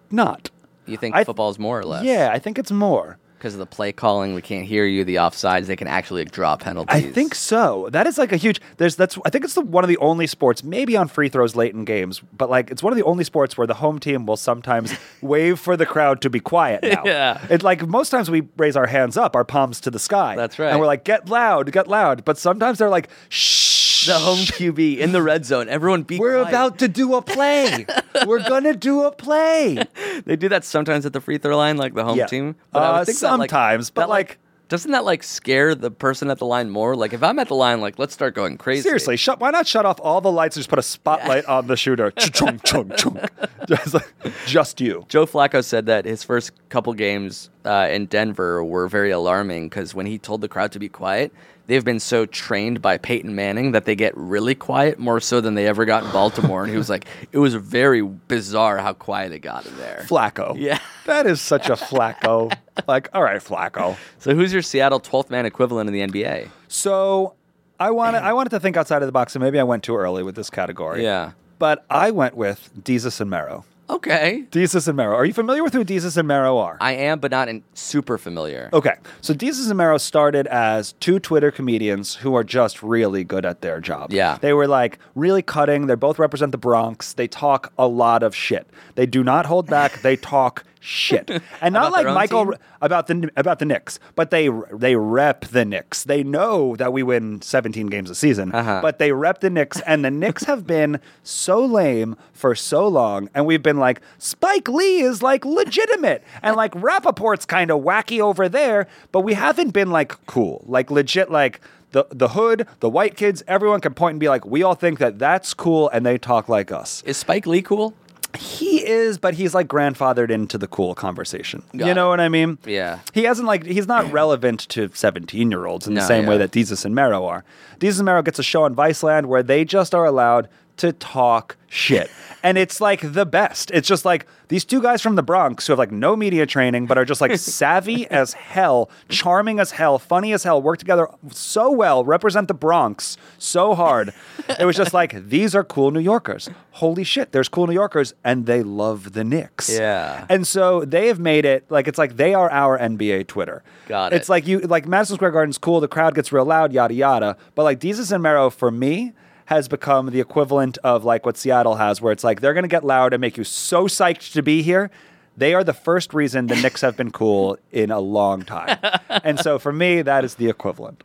not. You think I th- football is more or less? Yeah, I think it's more. Because of the play calling, we can't hear you, the offsides, they can actually draw penalties. I think so. That is like a huge. There's that's. I think it's the, one of the only sports, maybe on free throws late in games, but like it's one of the only sports where the home team will (laughs) sometimes wave for the crowd to be quiet. Now, Yeah. It like most times we raise our hands up, our palms to the sky. That's right. And we're like, get loud, get loud. But sometimes they're like, shh. The home QB in the red zone, everyone be (laughs) We're quiet. about to do (laughs) a play. we're gonna do a play. They do that sometimes at the free throw line, like the home Yeah. team. Uh, sometimes, but, that, like- doesn't that like scare the person at the line more? Like, if I'm at the line, like, let's start going crazy. Seriously, shut, why not shut off all the lights and just put a spotlight on the shooter? Chung, chung, (laughs) chung. Just, like, just you. Joe Flacco said that his first couple games uh, in Denver were very alarming because when he told the crowd to be quiet, they've been so trained by Peyton Manning that they get really quiet more so than they ever got in Baltimore. and he was like, (laughs) it was very bizarre how quiet it got in there. Flacco. Yeah. That is such a Flacco. (laughs) like, all right, Flacco. so, who's your Seattle 12th man equivalent in the NBA? So I wanted I wanted to think outside of the box, and maybe I went too early with this category. Yeah. But I went with Jesus and Mero. Okay. Desus and Mero. Are you familiar with who Desus and Mero are? I am, but not in super familiar. Okay, so Desus and Mero started as two Twitter comedians who are just really good at their job. Yeah. They were like really cutting. They both represent the Bronx. They talk a lot of shit. They do not hold back. They talk shit. (laughs) And not About their like own Michael team? about the about the Knicks, but they they rep the Knicks. They know that we win 17 games a season, Uh-huh. but they rep the Knicks and the Knicks have been so lame for so long and we've been like Spike Lee is like legitimate and like Rappaport's kind of wacky over there, but we haven't been like cool. Like legit like the, the hood, the white kids, everyone can point and be like, we all think that that's cool, and they talk like us. Is Spike Lee cool? He is, but he's like grandfathered into the cool conversation. Got you know it. what I mean? Yeah. He hasn't like (clears throat) he's not relevant to seventeen year olds in the No, same way yeah. that Jesus and Mero are. Jesus and Mero gets a show on Viceland where they just are allowed to talk shit. And it's like the best. It's just like these two guys from the Bronx who have like no media training, but are just (laughs) like savvy as hell, charming as hell, funny as hell, work together so well, represent the Bronx so hard. It was just like, these are cool New Yorkers. Holy shit, there's cool New Yorkers, and they love the Knicks. Yeah. And so they have made it like it's like they are our NBA Twitter. Got It's it. like you like Madison Square Garden's cool, the crowd gets real loud, yada yada. But like Jesus and Mero for me has become the equivalent of like what Seattle has, where it's like they're gonna get loud and make you so psyched to be here. They are the first reason the Knicks have been cool in a (laughs) long time. and so for me, that is the equivalent.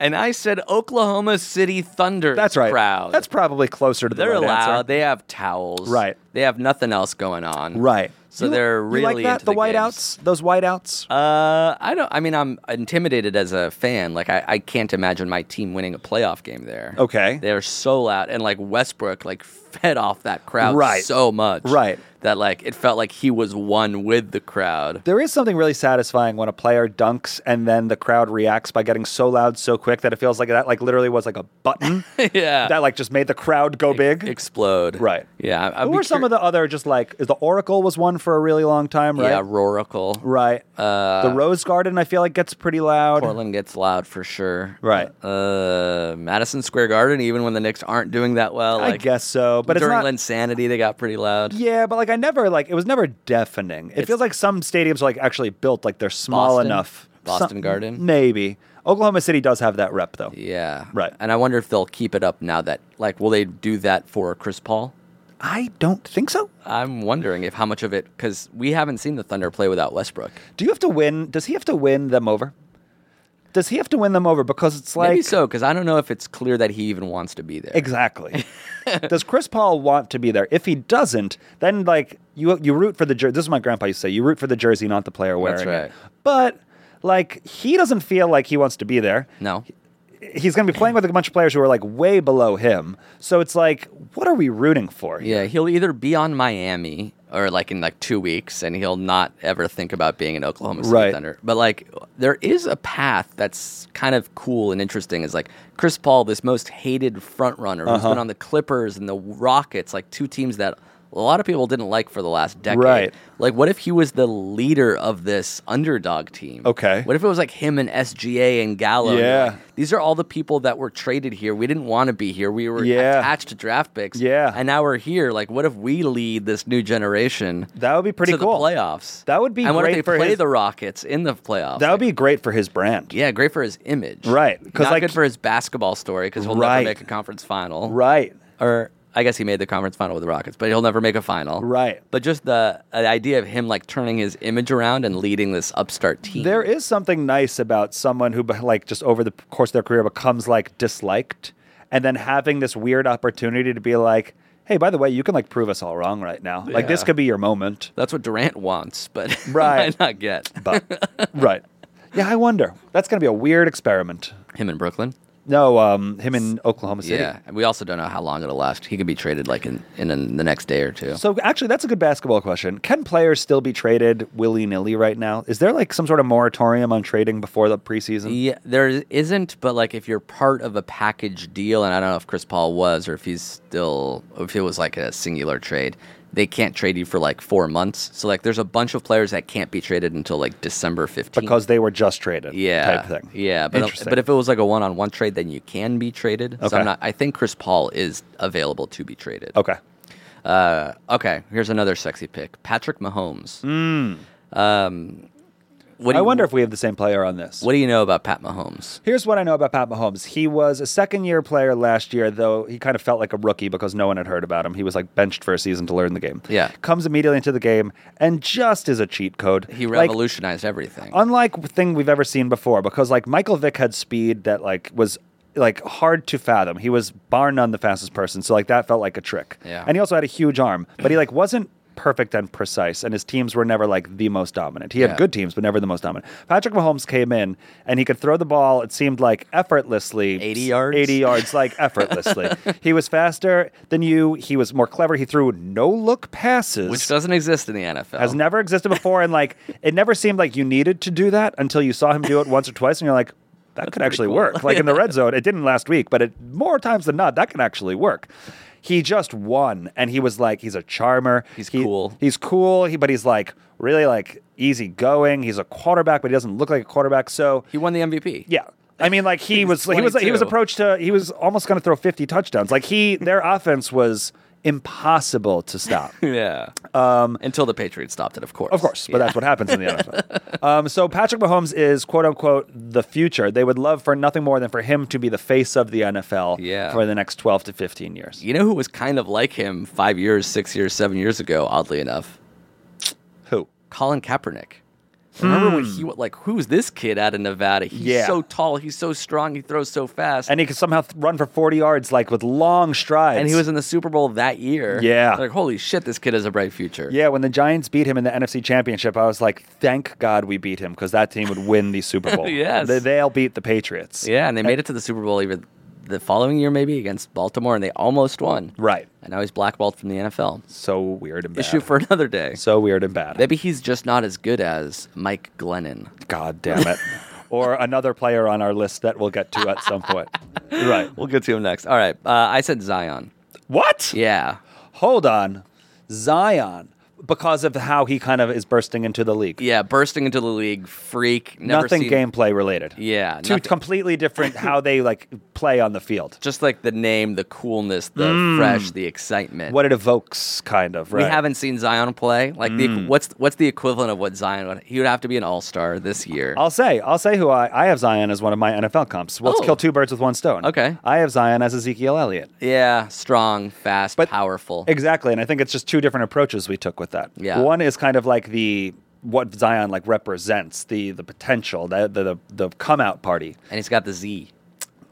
And I said Oklahoma City Thunder. That's right. Crowd. That's probably closer to the they're right loud. answer. They have towels. Right. They have nothing else going on. right. So You- they're you really like that? into the, the, whiteouts, those whiteouts. games. Uh, I don't. I mean, I'm intimidated as a fan. Like, I, I can't imagine my team winning a playoff game there. Okay. They're so loud, and like Westbrook, like fed off that crowd Right. so much, Right. That like it felt like he was one with the crowd. (laughs) There is something really satisfying when a player dunks and then the crowd reacts by getting so loud so quick that it feels like that like literally was like a button (laughs) yeah. that like just made the crowd go big. explode. Right. Yeah. I- I'd Who be were some cur- of the other just like is the Oracle was one for a really long time, right? Yeah, Roracle. Right. the Rose Garden I feel like gets pretty loud. Portland gets loud for sure. Right. Uh, Madison Square Garden, even when the Knicks aren't doing that well, I like guess so, but it's during not Linsanity, they got pretty loud. Yeah, but like I never like it was never deafening. It feels like some stadiums are like actually built like they're small Boston? enough. Boston Some- Garden? Maybe. Oklahoma City does have that rep though. Yeah. Right. And I wonder if they'll keep it up now that like will they do that for Chris Paul? I don't think so. I'm wondering if how much of it because we haven't seen the Thunder play without Westbrook. Do you have to win? Does he have to win them over? Does he have to win them over? Because it's like Maybe so because I don't know if it's clear that he even wants to be there. (laughs) exactly. does Chris Paul want to be there? If he doesn't, then like you you root for the jersey. This is what my grandpa used to say. You root for the jersey, not the player wearing That's it. right. But like he doesn't feel like he wants to be there. no. He's going to be playing with a bunch of players who are like way below him. So it's like, what are we rooting for? here? Yeah, he'll either be on Miami or like in like two weeks, and he'll not ever think about being an Oklahoma City Right. Thunder. But like, there is a path that's kind of cool and interesting. Is like Chris Paul, this most hated front runner Uh-huh. who's been on the Clippers and the Rockets, like two teams that a lot of people didn't like for the last decade. Right. Like, what if he was the leader of this underdog team? Okay. What if it was like him and SGA and Gallo? and you're Yeah. like, These are all the people that were traded here. We didn't want to be here. We were Yeah. attached to draft picks. Yeah. And now we're here. Like, what if we lead this new generation That would be pretty to cool. the playoffs? That would be and what if great they for play his- the Rockets in the playoffs? That would Like, be great for his brand. yeah, great for his image, Right, 'cause, Not like- good for his basketball story because he'll Right. never make a conference final, Right. Or I guess he made the conference final with the Rockets, but he'll never make a final, Right. But just the, uh, idea of him like turning his image around and leading this upstart team. There is something nice about someone who, like, just over the course of their career becomes like disliked, and then having this weird opportunity to be like, "Hey, by the way, you can like prove us all wrong right now. Like, this Yeah. could be your moment." That's what Durant wants, but (laughs) Right. might not get (laughs) But right, yeah, I wonder. That's gonna be a weird experiment. him in Brooklyn. No, um, him in Oklahoma City. Yeah, and we also don't know how long it'll last. He could be traded like in, in, in the next day or two. So actually, that's a good basketball question. Can players still be traded willy nilly right now? Is there like some sort of moratorium on trading before the preseason? Yeah, there isn't, but like if you're part of a package deal, and I don't know if Chris Paul was or if he's still, if it was like a singular trade, they can't trade you for like four months. So like there's a bunch of players that can't be traded until like December 15th. Because they were just traded. yeah, Type thing. yeah, but Interesting. but if it was like a one-on-one trade, then you can be traded. So Okay. I'm not, I think Chris Paul is available to be traded. okay. Uh, okay, here's another sexy pick: Patrick Mahomes. Um, what do Hmm. I you, wonder if we have the same player on this. What do you know about Pat Mahomes? Here's what I know about Pat Mahomes. He was a second year player last year, though he kind of felt like a rookie because no one had heard about him. He was like benched for a season to learn the game. Yeah. Comes immediately into the game and just is a cheat code. He Like, revolutionized everything. unlike thing we've ever seen before because like Michael Vick had speed that like was like hard to fathom. He was bar none the fastest person, so like that felt like a trick. Yeah. And he also had a huge arm, but he like wasn't perfect and precise and his teams were never like the most dominant. He Yeah. had good teams, but never the most dominant. Patrick Mahomes came in and he could throw the ball, it seemed like effortlessly 80 yards? 80 (laughs) yards like effortlessly. he was faster than you, he was more clever, he threw no look passes which doesn't exist in the NFL. has never existed before and like it never seemed like you needed to do that until you saw him do it once or twice and you're like that could actually work like in the (laughs) red zone it didn't last week but it more times than not that can actually work he just won and he was like he's a charmer He's He- cool. he's cool he, but he's like really like easy going he's a quarterback but he doesn't look like a quarterback so he won the MVP. yeah. I mean, like (laughs) he He's was he was he was 22. approached to he was almost going to throw fifty touchdowns. Like he their (laughs) offense was impossible to stop. yeah. Um, Until the Patriots stopped it, of course. Of course, but that's what happens in the NFL. um, so Patrick Mahomes is quote unquote the future. They would love for nothing more than for him to be the face of the NFL Yeah. for the next 12 to 15 years. You know who was kind of like him five years, six years, seven years ago? Oddly enough, Who? Colin Kaepernick. Remember when he was like, "Who's this kid out of Nevada? He's Hmm. Yeah. so tall, he's so strong, he throws so fast." And he could somehow th- run for 40 yards like with long strides. And he was in the Super Bowl that year. Yeah. Like, holy shit, this kid has a bright future. Yeah, when the Giants beat him in the NFC Championship, I was like, thank God we beat him because that team would win (laughs) the Super Bowl. Yes. They, they'll beat the Patriots. Yeah, and they made it to the Super Bowl even the following year, maybe against Baltimore, and they almost won. Right. And now he's blackballed from the NFL. So weird and bad. Issue for another day. so weird and bad. Maybe he's just not as good as Mike Glennon. God (laughs) damn it. or another player on our list that we'll get to at (laughs) some point. Right. We'll get to him next. All right. Uh, I said Zion. What? Yeah. Hold on. Zion, because of how he kind of is bursting into the league. Yeah. Bursting into the league, freak. Never nothing seen- gameplay related. Yeah, Two nothing. completely different how they like play on (laughs) the field. Just like the name, the coolness, the fresh, the excitement. Mm. What it evokes, kind of, right? Mm. We haven't seen Zion play. Like, the, what's what's the equivalent of what Zion would? He would have to be an all star this year. I'll say, I'll say who I, I have Zion as one of my NFL comps. Well, Oh. let's kill two birds with one stone. Okay. I have Zion as Ezekiel Elliott. yeah, strong, fast, powerful. Exactly, and I think it's just two different approaches we took with that. Yeah. One is kind of like the what Zion like represents, the the potential, the the the, the come out party, and he's got the Z,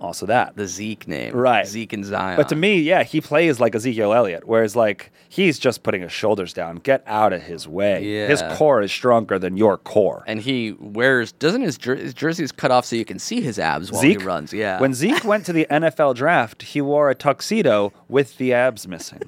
also that. the Zeke name. Right. Zeke and Zion. But to me, yeah, he plays like Ezekiel Elliott, whereas like he's just putting his shoulders down. Get out of his way. His Yeah. core is stronger than your core. and he wears doesn't his, jer- his jersey's cut off so you can see his abs while he runs. Yeah. When Zeke (laughs) went to the NFL draft, he wore a tuxedo with the abs missing.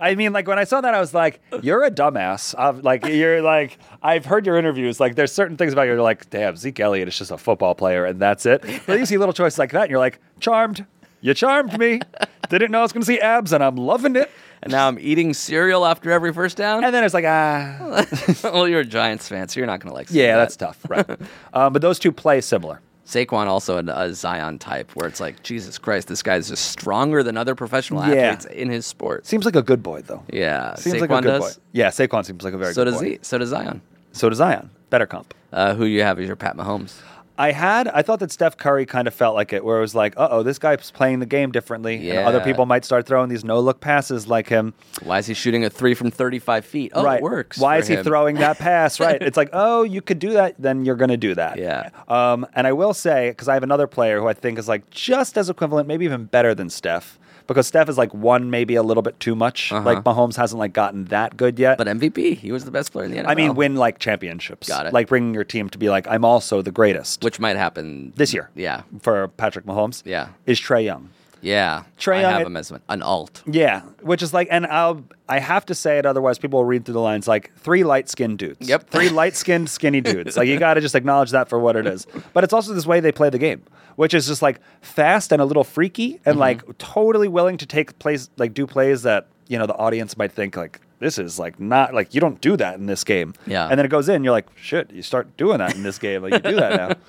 I mean, like when I saw that, I was like, "You're a dumbass." I've, like you're like I've heard your interviews. Like there's certain things about you. You're like, "Damn, Zeke Elliott is just a football player, and that's it." But you see little choices like that, and you're like, "Charmed." You charmed me. Didn't know I was going to see abs, and I'm loving it. and now I'm eating cereal after every first down. And then it's like, ah, (laughs) well, you're a Giants fan, so you're not gonna like. seeing yeah, that. that's tough, right? (laughs) um, but those two play similar. Saquon also a, a Zion type, where it's like Jesus Christ, this guy's just stronger than other professional Yeah. athletes in his sport. Seems like a good boy, though. Yeah, seems Saquon like a good does. boy. Yeah, Saquon seems like a very So good does boy. he, so does Zion. So does Zion. Better comp. Uh, who you have is your Pat Mahomes. I had I thought that Steph Curry kind of felt like it, where it was like, uh oh, this guy's playing the game differently, and other Yeah. people might start throwing these no look passes like him. Why is he shooting a three from 35 feet? Oh, right? it works. Why for is he him. throwing that pass? (laughs) right? It's like, oh, you could do that, then you're going to do that. Yeah. Um, and I will say because I have another player who I think is like just as equivalent, maybe even better than Steph, because Steph is like one maybe a little bit too much. Like Mahomes hasn't like gotten that good yet. Uh-huh. But MVP, he was the best player in the NFL. I mean, win like championships. Got it. Like bringing your team to be like, I'm also the greatest. which might happen this year, Yeah, for Patrick Mahomes, Yeah. is Trey Young. yeah. Trae I Young- have him as an, an alt. Yeah, which is like, and I'll I have to say it, otherwise people will read through the lines like three light skinned dudes. Yep. three light skinned skinny dudes. Like you got to just acknowledge that for what it is. But it's also this way they play the game, which is just like fast and a little freaky, Mm-hmm. and like totally willing to take place like do plays that you know the audience might think like this is like not like you don't do that in this game. Yeah. and then it goes in, you're like shit, you start doing that in this game, like you do that (laughs) now.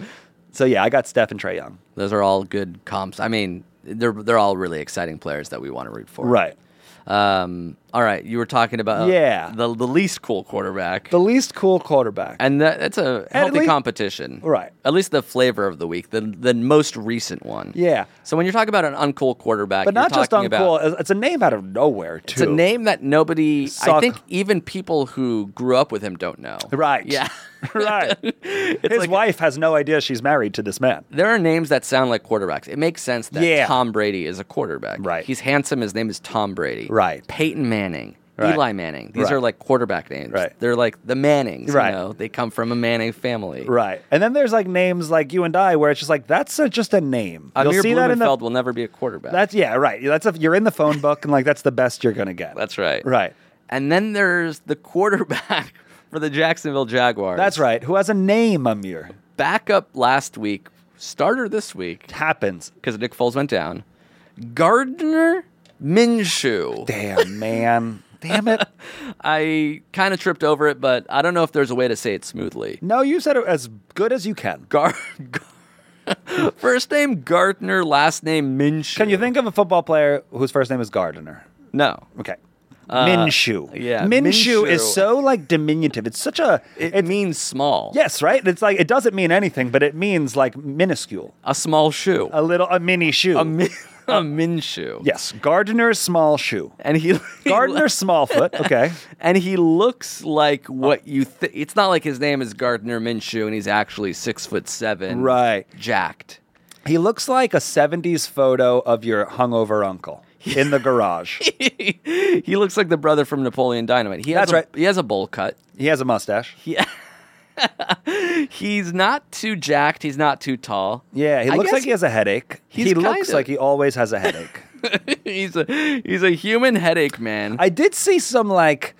So yeah, I got Steph and Trey Young. Those are all good comps. I mean, they're they're all really exciting players that we want to root for. Right. Um, all right, you were talking about Yeah. the the least cool quarterback, The least cool quarterback. and that, that's a healthy least- competition, Right. At least the flavor of the week, the the most recent one. Yeah. So when you're talking about an uncool quarterback, but you're not just talking uncool. about it's- it's a name out of nowhere, too. It's a name that nobody, I Suck. think even people who grew up with him don't know. (laughs) Right. Yeah. (laughs) (laughs) right. His like- wife has no idea she's married to this man. There are names that sound like quarterbacks. It makes sense that Yeah. Tom Brady is a quarterback. Right. He's handsome. His name is Tom Brady. Right. Peyton Manning. Right. Eli Manning. These Right. are like quarterback names. Right. They're like the Mannings. Right. You know, they come from a Manning family. Right. And then there's like names like you and I where it's just like that's a, just a name. Amir You'll see that in Blumenfeld the will never be a quarterback. (laughs) That's yeah, right. That's a, you're in the phone book and like that's the best you're going to get. That's right. Right. And then there's the quarterback (laughs) for the Jacksonville Jaguars. That's right. Who has a name Amir? Backup last week, starter this week. Happens. because Nick Foles went down. Gardner Minshew. Damn, (laughs) man. Damn it. I kind of tripped over it, but I don't know if there's a way to say it smoothly. No, you said it as good as you can. Gar- Gar- (laughs) First name Gardner, last name Minshew. Can you think of a football player whose first name is Gardner? No. Okay. Minshew. Uh, yeah, Minshew, Minshew. is so like diminutive. It's such a It, means small. Yes, right? It's like it doesn't mean anything, but it means like minuscule. A small shoe. A little a mini (laughs) shoe. A, min- a Minshew. yes, Gardner's small shoe. And (laughs) he Gardner Smallfoot. Okay. and he looks like Oh. what you think. It's not like his name is Gardner Minshew and he's actually six foot seven. Right. Jacked. (laughs) He looks like a 70s photo of your hungover (laughs) uncle in the garage. he looks like the brother from Napoleon Dynamite. He has That's a, right. He has a bowl cut. He has a mustache. He's not too jacked. He's not too tall. Yeah, he I looks guess like he has a headache. he's He looks kinda- like he always has a headache. (laughs) he's a he's a human headache man. I did see some like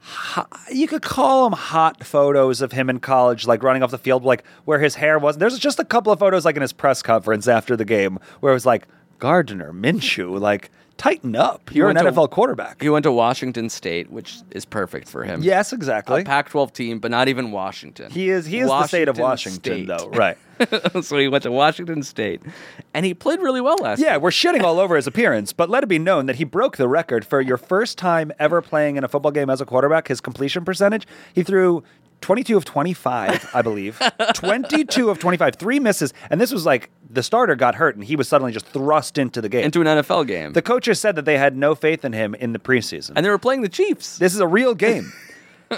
hot, you could call them hot photos of him in college, like running off the field, like where his hair was. There's just a couple of photos like in his press conference after the game where it was like Gardner Minshew, like tighten up. You're an went to- NFL quarterback. he went to Washington State, which is perfect for him. Yes, exactly. a Pac-12 team, but not even Washington. He is he is the state of Washington State. though, right? (laughs) so he went to Washington State, and he played really well last. Yeah, year. we're shitting all over his appearance, but let it be known that he broke the record for your first time ever playing in a football game as a quarterback. His completion percentage, he threw 22 of 25, (laughs) I believe. 22 of 25, three misses. And this was like the starter got hurt and he was suddenly just thrust into the game. into an NFL game, the coaches said that they had no faith in him in the preseason. and they were playing the Chiefs. This is a real (laughs) game.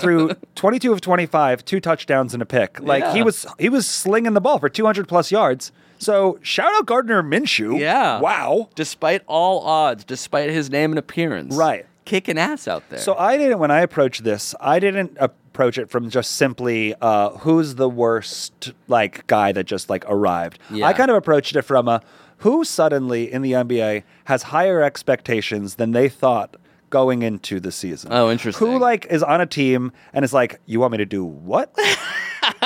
Through 22 of 25, two touchdowns and a pick. Like Yeah. he was he was slinging the ball for 200 plus yards. So shout out Gardner Minshew. Yeah. Wow. Despite all odds, despite his name and appearance, Right. kicking ass out there. So I didn't when I approached this, I didn't approach it from just simply uh, who's the worst like guy that just like arrived. Yeah. I kind of approached it from a who suddenly in the NBA has higher expectations than they thought going into the season. Oh, interesting. Who like is on a team and is like, you want me to (laughs) do what?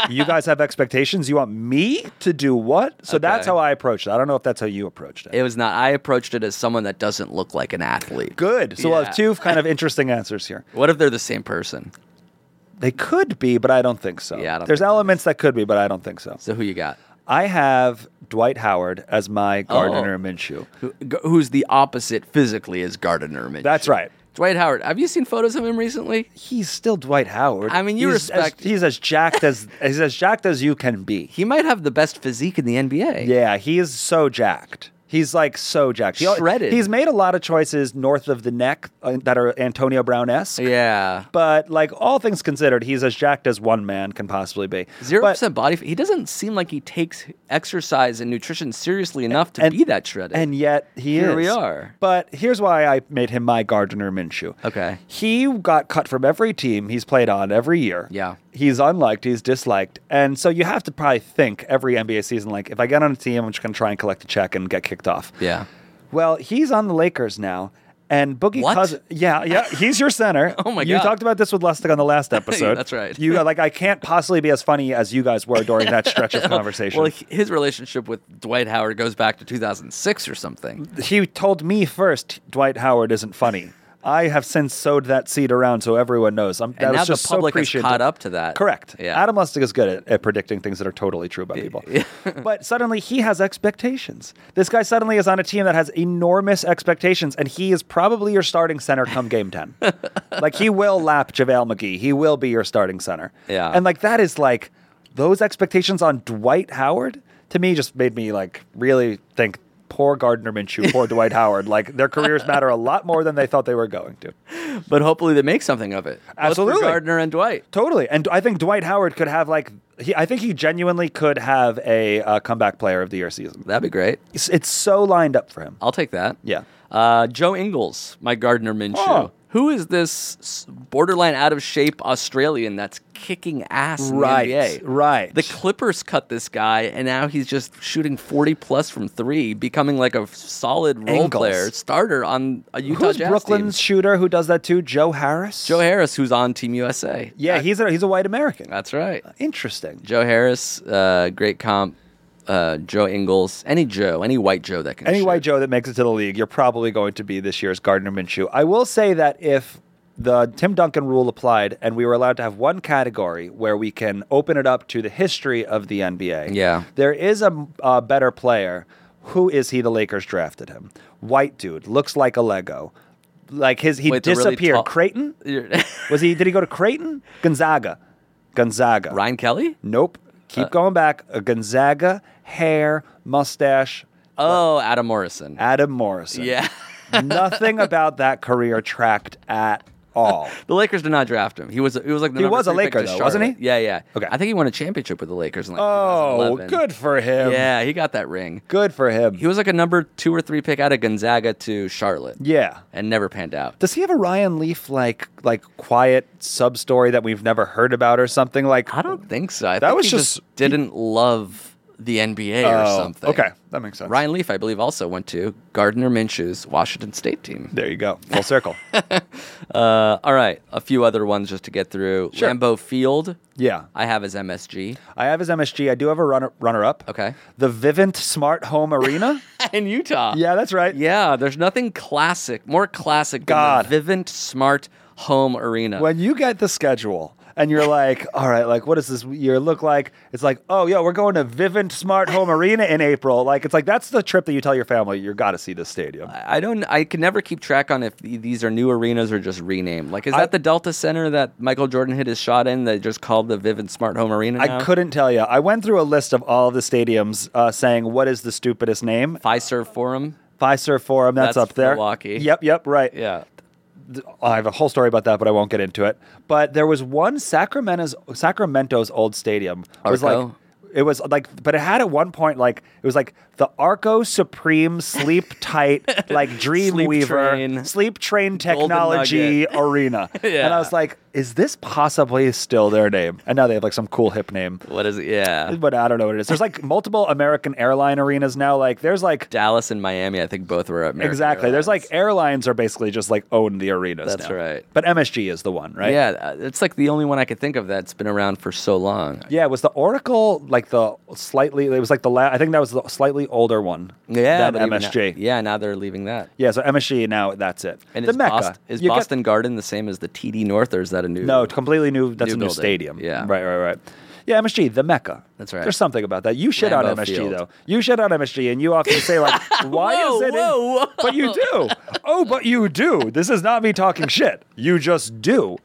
you guys have expectations. You want me to do what? So that's Okay. how I approached it. I don't know if that's how you approached it. it was not. I approached it as someone that doesn't look like an athlete. Good. So we'll Yeah. have two kind of interesting answers here. What if they're the same person? They could be, but I don't think so. Yeah, I don't There's think elements that could be, but I don't think so. So who you got? I have Dwight Howard as my Oh. Gardner Minshew. Who, g- who's the opposite physically is Gardner Minshew. That's right. Dwight Howard. Have you seen photos of him recently? He's still Dwight Howard. I mean, you he's respect- As, he's as jacked as he's as jacked as you can be. He might have the best physique in the NBA. Yeah, he is so jacked. He's like so jacked. He al- Shredded. He's made a lot of choices north of the neck uh, that are Antonio Brown esque. Yeah. But like all things considered, he's as jacked as one man can possibly be. Zero But- percent body. Fat. He doesn't seem like he takes exercise and nutrition seriously enough to and- be that shredded. And yet he Here is. we are. But here's why I made him my Gardner Minshew. Okay. He got cut from every team he's played on every year. Yeah. He's unliked, he's disliked. And so you have to probably think every NBA season, like, if I get on a team, I'm just going to try and collect a check and get kicked off. yeah. Well, he's on the Lakers now. And Boogie What? Cousins, yeah, yeah, he's your center. (laughs) Oh my You God. talked about this with Lustig on (laughs) the last episode. That's right. You go, like, I can't possibly be as funny as you guys were during (laughs) that stretch of conversation. Well, h- his relationship with Dwight Howard goes back to 2006 or something. he told me first Dwight Howard isn't funny. I have since sowed that seed around so everyone knows. I'm, that and was now the just so public is appreciative. caught up to that. Correct. Yeah. Adam Lustig is good at, at predicting things that are totally true (laughs) about people. but suddenly he has expectations. This guy suddenly is on a team that has enormous expectations, and he is probably your starting center come game (laughs) 10. like he will lap JaVale McGee. He will be your starting center. Yeah. And like that is like those expectations on Dwight Howard to me just made me like really think poor Gardner Minshew, poor Dwight Howard. Like their careers matter a lot more than they thought they were going to. (laughs) But hopefully they make something of it. Both for Absolutely. Gardner and Dwight. Totally, and I think Dwight Howard could have like he, I think he genuinely could have a uh, comeback player of the year season. That'd be great. It's, it's so lined up for him. I'll take that. Yeah. Uh, Joe Ingles, my Gardner Minshew. Oh. Who is this s- borderline out of shape Australian that's kicking ass in Right, the NBA? right. The Clippers cut this guy, and now he's just shooting 40 plus from three, becoming like a solid role Ingles. player, starter on a Utah Who's Jazz Brooklyn's team. shooter who does that too? Joe Harris. Joe Harris, who's on Team USA. Yeah, he's a he's a white American. That's right. Interesting. Joe Harris, uh, great comp. Uh, Joe Ingles, any Joe, any white Joe that can Any shoot. white Joe that makes it to the league, you're probably going to be this year's Gardner Minshew. I will say that if the Tim Duncan rule applied and we were allowed to have one category where we can open it up to the history of the NBA, Yeah. there is a uh, better player. Who is he? The Lakers drafted him. White dude, looks like a Lego. Like his, he Wait, the really disappeared. tall- Creighton? You're- (laughs) Was he? Did he go to Creighton? Gonzaga. Gonzaga. Ryan Kelly? Nope. Keep Uh. going back. A Gonzaga hair, mustache. Oh, Adam Morrison. Adam Morrison. Yeah. (laughs) (laughs) Nothing about that career tracked at all. The Lakers did not draft him. He was he was like the He number was a three pick Laker, to though, wasn't Charlotte. he? Yeah, yeah. Okay. I think he won a championship with the Lakers in like Oh, 2011. good for him. Yeah, he got that ring. Good for him. He was like a number two or three pick out of Gonzaga to Charlotte. yeah. and never panned out. Does he have a Ryan Leaf like like quiet sub story that we've never heard about or something like? I don't think so. I That think was he just, just- didn't love the NBA Oh, or something. Okay, that makes sense. Ryan Leaf, I believe, also went to Gardner Minshew's Washington State team. There you go. Full (laughs) circle. Uh, all right, a few other ones just to get through. Sure. Lambeau Field, yeah. I have as (laughs) MSG, I have his MSG. I do have a runner runner up. Okay. The Vivint Smart Home (laughs) Arena. in Utah. yeah, that's right. Yeah, there's nothing classic, more classic God. than the Vivint Smart Home Arena. (laughs) When you get the schedule and you're like, all right, like what does this year look like? It's like, oh yeah, we're going to Vivint Smart Home Arena in April. Like it's like that's the trip that you tell your family you got to see this stadium. I don't. I can never keep track on if th- these are new arenas or just renamed. Like, is I- that the Delta Center that Michael Jordan hit his shot in? They just called the Vivint Smart Home Arena. I now? couldn't tell you. I went through a list of all of the stadiums uh, saying what is the stupidest name. Fiserv Forum. Fiserv Forum, that's, That's up there. Milwaukee. Yep, yep, right. Yeah. I have a whole story about that, but I won't get into it. But there was one Sacramento's Sacramento's old stadium. It was Arco? like it was like but it had at one point like it was like the Arco (laughs) Supreme Sleep Tight like Dreamweaver Train. Sleep Train Technology (laughs) Arena. And I was like, is this possibly still their name? And now they have like some cool hip name. What is it? Yeah. But I don't know what it is. There's like multiple American airline arenas now. Like there's like Dallas and Miami. I think both were at American Exactly. There's like Airlines. airlines are basically just like own the arenas. That's now. right. But MSG is the one, right? Yeah, uh, it's like the only one I could think of that's been around for so long. Yeah. Was the Oracle like the slightly? It was like the la- I think that was the slightly older one. Yeah, but Than even MSG. Now, yeah, now they're leaving that. Yeah, So MSG now that's it. And the is Mecca Boston, is You get- Boston Garden the same as the TD North, or is that a new? no, completely new. That's New a new building. stadium. Yeah. Right. Right. Right. Yeah, MSG, the Mecca. That's right. There's something about that. You shit on Lambeau MSG Field. though. You shit on MSG, and you often (laughs) say like, "Why Whoa, is it?" in- whoa, whoa. (laughs) But you do. Oh, but you do. This is not me talking shit. You just do.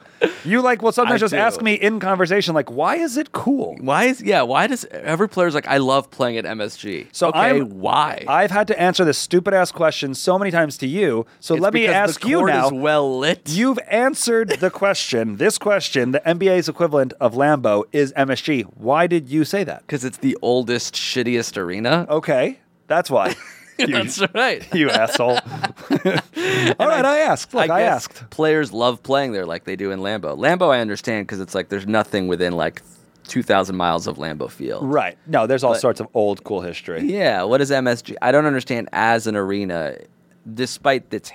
You like well sometimes I just do. ask me in conversation like, "Why is it cool?" Why is yeah? Why does every player's like I love playing at MSG? So okay, I'm- why? I've had to answer this stupid ass question so many times to you. So It's let me because ask the you court now. Is well lit. (laughs) You've answered the question. This question, the NBA's equivalent of Lambo, is MSG. Why did you say that? because it's the oldest, shittiest arena. (laughs) Okay, that's why. you, That's right. (laughs) you (laughs) asshole. (laughs) All right, I, asked. Look, I, guess asked. Players love playing there like they do in Lambeau. Lambeau, I understand because it's like there's nothing within like 2,000 miles of Lambeau Field. Right. No, there's all sorts of old cool history. Yeah. What is MSG? I don't understand as an arena, despite its.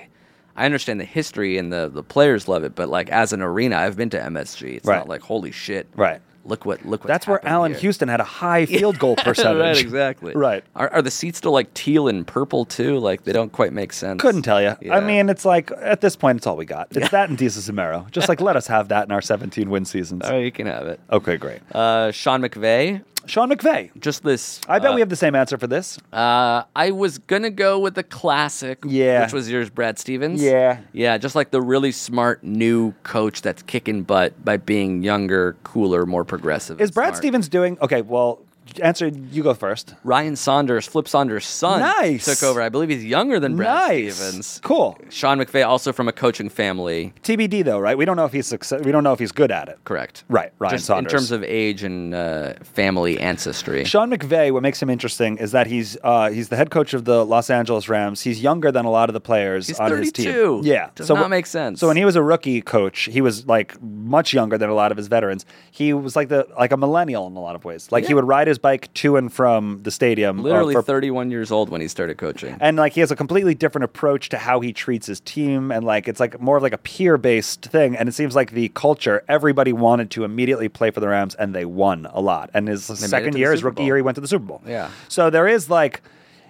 I understand the history and the, the players love it, but like as an arena, I've been to MSG. It's Right. not like holy shit. Right. Look what look. What's That's where happening Allen here. Houston had a high field goal (laughs) percentage. right, exactly. (laughs) Right. Are, are the seats still like teal and purple too? Like they don't quite make sense. Couldn't tell you. Yeah. I mean, it's like at this point, it's all we got. It's that and Jesus Zamero. Just like let us have that in our 17 (laughs) win seasons. Oh, you can have it. Okay, great. Uh, Sean McVay. Sean McVay. Just this. I bet uh, we have the same answer for this. Uh, I was gonna go with the classic, Yeah. which was yours, Brad Stevens. Yeah. yeah, just like the really smart new coach that's kicking butt by being younger, cooler, more progressive. Is and Brad smart. Stevens doing? Okay, well, answer. You go first. Ryan Saunders, Flip Saunders' son, Nice. took over. I believe he's younger than Brad nice. Stevens. Cool. Sean McVay, also from a coaching family, TBD though, right? We don't know if he's success. We don't know if he's good at it. correct? Right, Ryan Just Saunders. In terms of age and uh, family ancestry, Sean McVay, what makes him interesting is that he's uh, he's the head coach of the Los Angeles Rams. He's younger than a lot of the players He's on his team. 32. Yeah, Does not wh- make sense. So when he was a rookie coach, he was like much younger than a lot of his veterans. He was like the like a millennial in a lot of ways. Like he Yeah. would ride his bike to and from the stadium. uh, literally for- 31 years old when he started coaching. and like he has a completely different approach to how he treats his team and like it's like more of like a peer based thing and it seems like the culture everybody wanted to immediately play for the rams and they won a lot and his to second the year his Super rookie Bowl. year he went to the super bowl Yeah. so there is like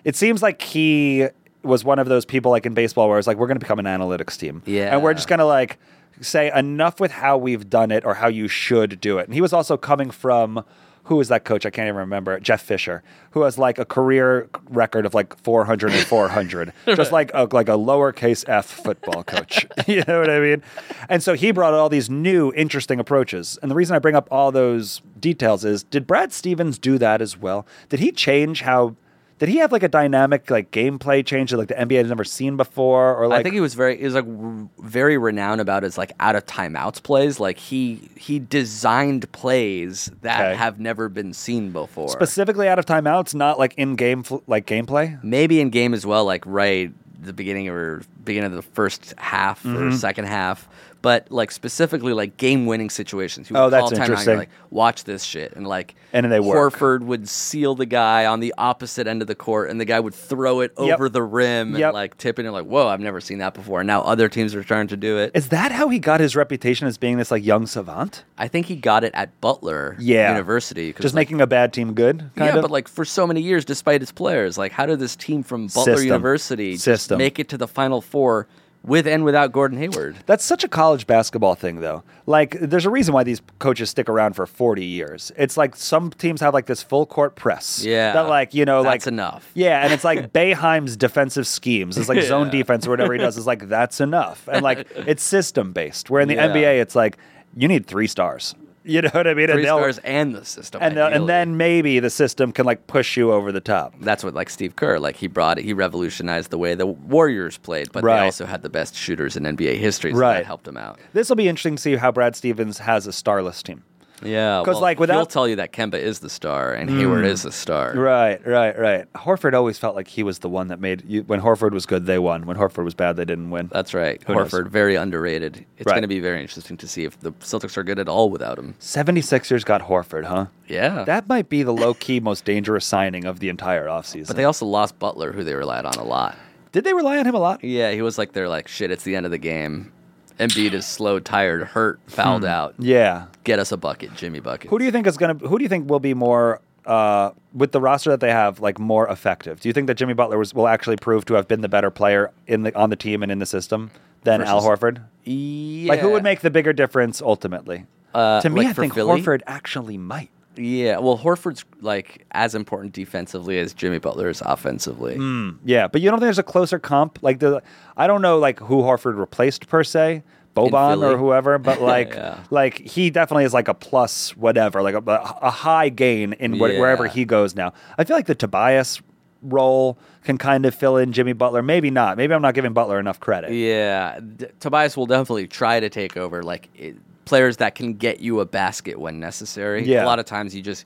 it seems like he was one of those people like in baseball where it's like we're going to become an analytics team Yeah. and we're just going to like say enough with how we've done it or how you should do it and he was also coming from who was that coach? I can't even remember. Jeff Fisher, who has like a career record of like 400 and (laughs) 400, just like a, like a lowercase f football coach. (laughs) you know what I mean? And so he brought all these new, interesting approaches. And the reason I bring up all those details is did Brad Stevens do that as well? Did he change how? Did he have like a dynamic like gameplay change that like the NBA had never seen before? Or like I think he was very he was like r- very renowned about his like out of timeouts plays. Like he he designed plays that Okay. have never been seen before. specifically out of timeouts, not like in game fl- like gameplay? Maybe in game as well, like right the beginning or beginning of the first half Mm-hmm. or second half. But like specifically like game winning situations. He would Oh, that's call timeout and interesting. You're like watch this shit and like And they work. Horford would seal the guy on the opposite end of the court and the guy would throw it Yep. over the rim Yep. and like tip it and like whoa I've never seen that before. And now other teams are starting to do it. Is that how he got his reputation as being this like young savant? I think he got it at Butler Yeah. University. 'cause, Just like, making a bad team good, kind yeah, of. but like for so many years, despite its players, like how did this team from Butler System. University just System. make it to the Final Four with and without Gordon Hayward? That's such a college basketball thing, though. Like, there's a reason why these coaches stick around for 40 years. It's like some teams have like this full court press. Yeah. That, like, you know, That's like. enough. Yeah. And (laughs) it's like Bayheim's defensive schemes. It's like zone defense or whatever he does is like, that's enough. (laughs) And like, it's system based. Where in the Yeah. NBA, it's like, you need three stars. You know what I mean? Three and they'll- stars and the system, And, they'll- and ideally. then maybe the system can like push you over the top. that's what like Steve Kerr, like he brought it, he revolutionized the way the Warriors played, but Right. they also had the best shooters in NBA history, so Right. that helped him out. This will be interesting to see how Brad Stevens has a starless team. Yeah, 'Cause, well, like, he'll without- Mm. tell you that Kemba is the star and Hayward is the star. Right, right, right. Horford always felt like he was the one that made you, when Horford was good, they won. When Horford was bad, they didn't win. That's right. Who knows? Horford, very underrated. It's Right. going to be very interesting to see if the Celtics are good at all without him. 76ers got Horford, huh? Yeah. That might be the low key most dangerous signing of the entire offseason. but they also lost Butler, who they relied on a lot. Did they rely on him a lot? Yeah, he was like, they're like, shit, it's the end of the game. Embiid is slow, tired, hurt, fouled out. Yeah. Get us a bucket, Jimmy Bucket. Who do you think is going to, who do you think will be more, uh, with the roster that they have, like more effective? Do you think that Jimmy Butler was, will actually prove to have been the better player in the, on the team and in the system than Al Versus- Horford? yeah. Like, who would make the bigger difference ultimately? Uh, to me, like I for think Philly? Horford actually might. Yeah, well, Horford's like as important defensively as Jimmy Butler is offensively. Yeah, but you don't think there's a closer comp? Like the I don't know like who Horford replaced per se, Boban Philly? (laughs) or whoever, but like Yeah. like he definitely is like a plus whatever, like a, a high gain in wh- wherever Yeah. he goes now. I feel like the Tobias role can kind of fill in Jimmy Butler, maybe not. Maybe I'm not giving Butler enough credit. Yeah, D- Tobias will definitely try to take over like it, players that can get you a basket when necessary. Yeah. a lot of times you just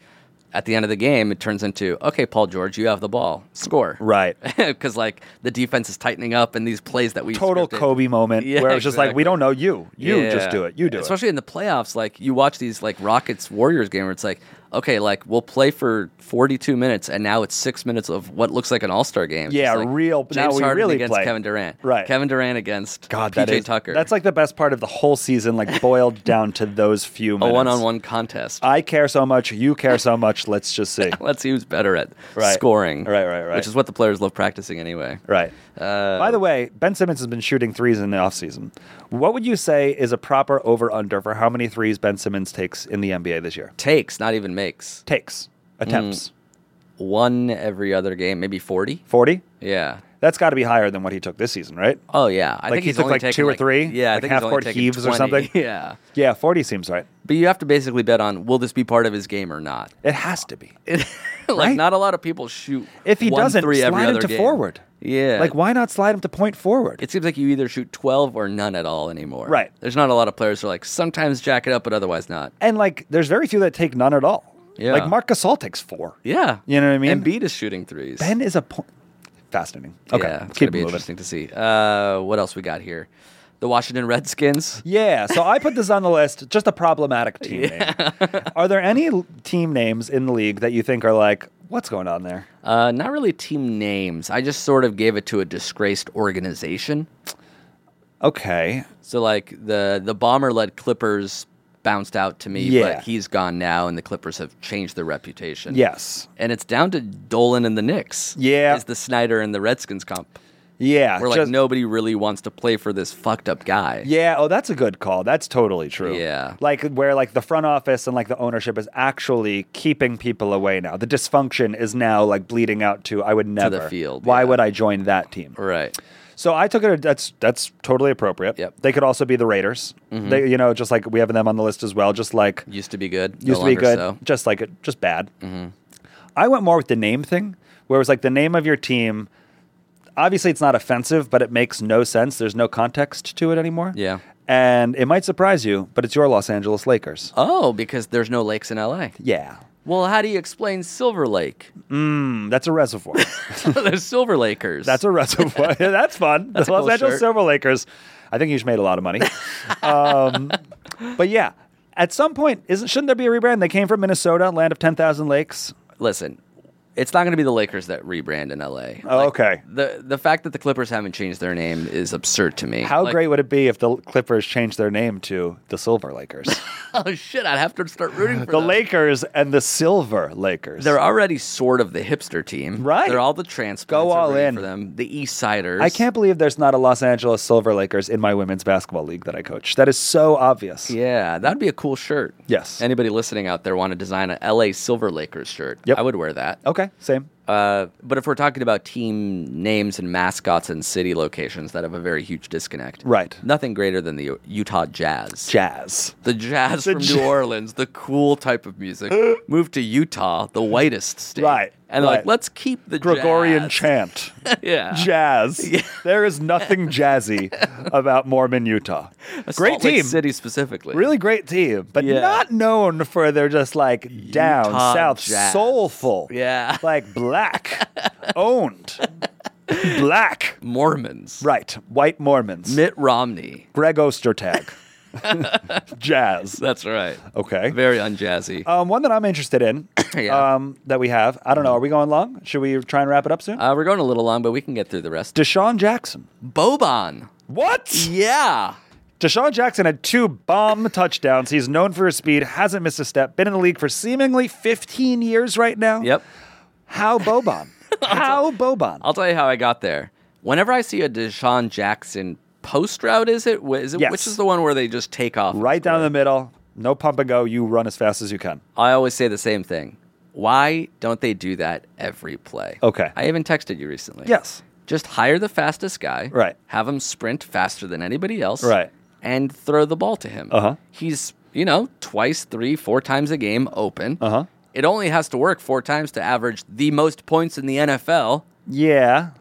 at the end of the game it turns into okay, Paul George, you have the ball, score. (laughs) Right. because like the defense is tightening up and these plays that we Total scripted- Kobe moment Yeah, where it's just like exactly. we don't know you. You Yeah. just do it. You do it. especially in the playoffs like you watch these like rockets warriors game where it's like okay, like we'll play for 42 minutes, and now it's six minutes of what looks like an All Star game. It's Yeah, like real- now James we Harden really against play. Kevin Durant. Right. Kevin Durant against God, PJ that is Tucker. That's like the best part of the whole season, like boiled down to those (laughs) few a minutes. one-on-one contest. I care so much. You care so much. Let's just (laughs) see. Let's see who's better at Right. scoring. Right, right, right. Which is what the players love practicing anyway. Right. Uh, By the way, Ben Simmons has been shooting threes in the offseason. What would you say is a proper over under for how many threes Ben Simmons takes in the NBA this year? Takes, not even makes. Takes, Mm. attempts, One every other game, maybe 40. 40? Yeah. That's got to be higher than what he took this season, right? Oh yeah, I Like, think he he's took, only like, taken, two or three? Yeah, I Like, think he's only half-court taken heaves or 20. something? (laughs) Yeah, Yeah, 40 seems right. but you have to basically bet on will this be part of his game or not. (laughs) It has to be. like Right? not a lot of people shoot. If he one doesn't, three every slide him other to game. forward. Yeah, Like, why not slide him to point forward? It seems like you either shoot twelve or none at all anymore. Right. There's not a lot of players who are like sometimes jack it up, but otherwise not. and, like, there's very few that take none at all. Yeah. Like, Marc Gasol takes four. Yeah. You know what I mean? And Embiid is shooting threes. Ben is a point. Fascinating. Okay. Yeah, it's gonna keep it be moving. interesting to see. Uh, what else we got here? The Washington Redskins. Yeah, so I put this on the list. Just a problematic team name. Are there any l- team names in the league that you think are like, what's going on there? Uh, not really team names. I just sort of gave it to a disgraced organization. Okay, So like the the bomber led Clippers bounced out to me, Yeah. but he's gone now, and the Clippers have changed their reputation. yes, and it's down to Dolan and the Knicks. Yeah. is the Snyder and the Redskins comp. yeah, Where like just- nobody really wants to play for this fucked up guy. Yeah, oh, that's a good call. That's totally true. Yeah. like where like the front office and like the ownership is actually keeping people away now. The dysfunction is now like bleeding out to I would never field, Why yeah. would I join that team? Right. So I took it. uh, That's that's totally appropriate. Yep. Mm-hmm. They could also be the Raiders. They, you know, just like we have them on the list as well. Just like Used to be good. no used to be longer good, So. Mm-hmm. just like it, just bad. I went more with the name thing, where it was like the name of your team. Obviously, it's not offensive, but it makes no sense. There's no context to it anymore. Yeah. and it might surprise you, but it's your Los Angeles Lakers. Oh, because there's no lakes in LA. Yeah, Well, how do you explain Silver Lake? (laughs) Mm, that's a reservoir. There's Silver Lakers. that's a reservoir. (laughs) that's fun. That's the a Los cool Angeles shirt. Silver Lakers. I think you just made a lot of (laughs) money. um, but yeah, at some point, isn't shouldn't there be a rebrand? They came from Minnesota, land of ten thousand lakes. listen. It's not going to be the Lakers that rebrand in LA. Oh, okay. The the fact that the Clippers haven't changed their name is absurd to me. How Like, great would it be if the Clippers changed their name to the (laughs) Silver Lakers? (laughs) Oh shit! I'd have to start rooting for the them. Lakers and the Silver Lakers. They're already sort of the hipster team, Right. They're all the transplants. Go are all rooting in. for them. The East Siders. I can't believe there's not a Los Angeles Silver Lakers in my women's basketball league that I coach. That is so obvious. Yeah, that'd be a cool shirt. Yes. Anybody listening out there want to design a LA Silver Lakers shirt? Yep. I would wear that. Okay, same. Uh, but if we're talking about team names and mascots and city locations that have a very huge disconnect, Right. Nothing greater than the Utah Jazz. Jazz. the jazz The from ja- New Orleans, the cool type of (gasps) music, moved to Utah, the whitest state. Right, And they're right. like, let's keep the Gregorian jazz. (laughs) chant. yeah. Jazz. There is (laughs) nothing jazzy about Mormon, Utah. Great Salt Lake team. City specifically. Really great team, but Yeah. not known for their just like down Utah south Jazz. soulful. Yeah. (laughs) Like black owned. black. Mormons. Right. White Mormons. Mitt Romney. Greg Ostertag. (laughs) Jazz. That's right. Okay. Very unjazzy. Um, one that I'm interested in (coughs) Yeah. um, that we have. I don't know. Are we going long? Should we try and wrap it up soon? Uh, we're going a little long, but we can get through the rest. Deshaun Jackson. Boban. e- What? Yeah. Deshaun Jackson had two bomb touchdowns. He's known for his speed, hasn't missed a step, been in the league for seemingly 15 years right now. Yep. How (laughs) Boban? How Boban? I'll tell you how I got there. Whenever I see a Deshaun Jackson post route, is it? Wh- Is it Yes. Which is the one where they just take off? and right down score? the middle, no pump and go. You run as fast as you can. I always say the same thing. Why don't they do that every play? Okay. I even texted you recently. Yes. Just hire the fastest guy. Right. Have him sprint faster than anybody else. Right. And throw the ball to him. Uh-huh. He's, you know, twice, three, four times a game open. Uh-huh. It only has to work four times to average the most points in the NFL. Yeah.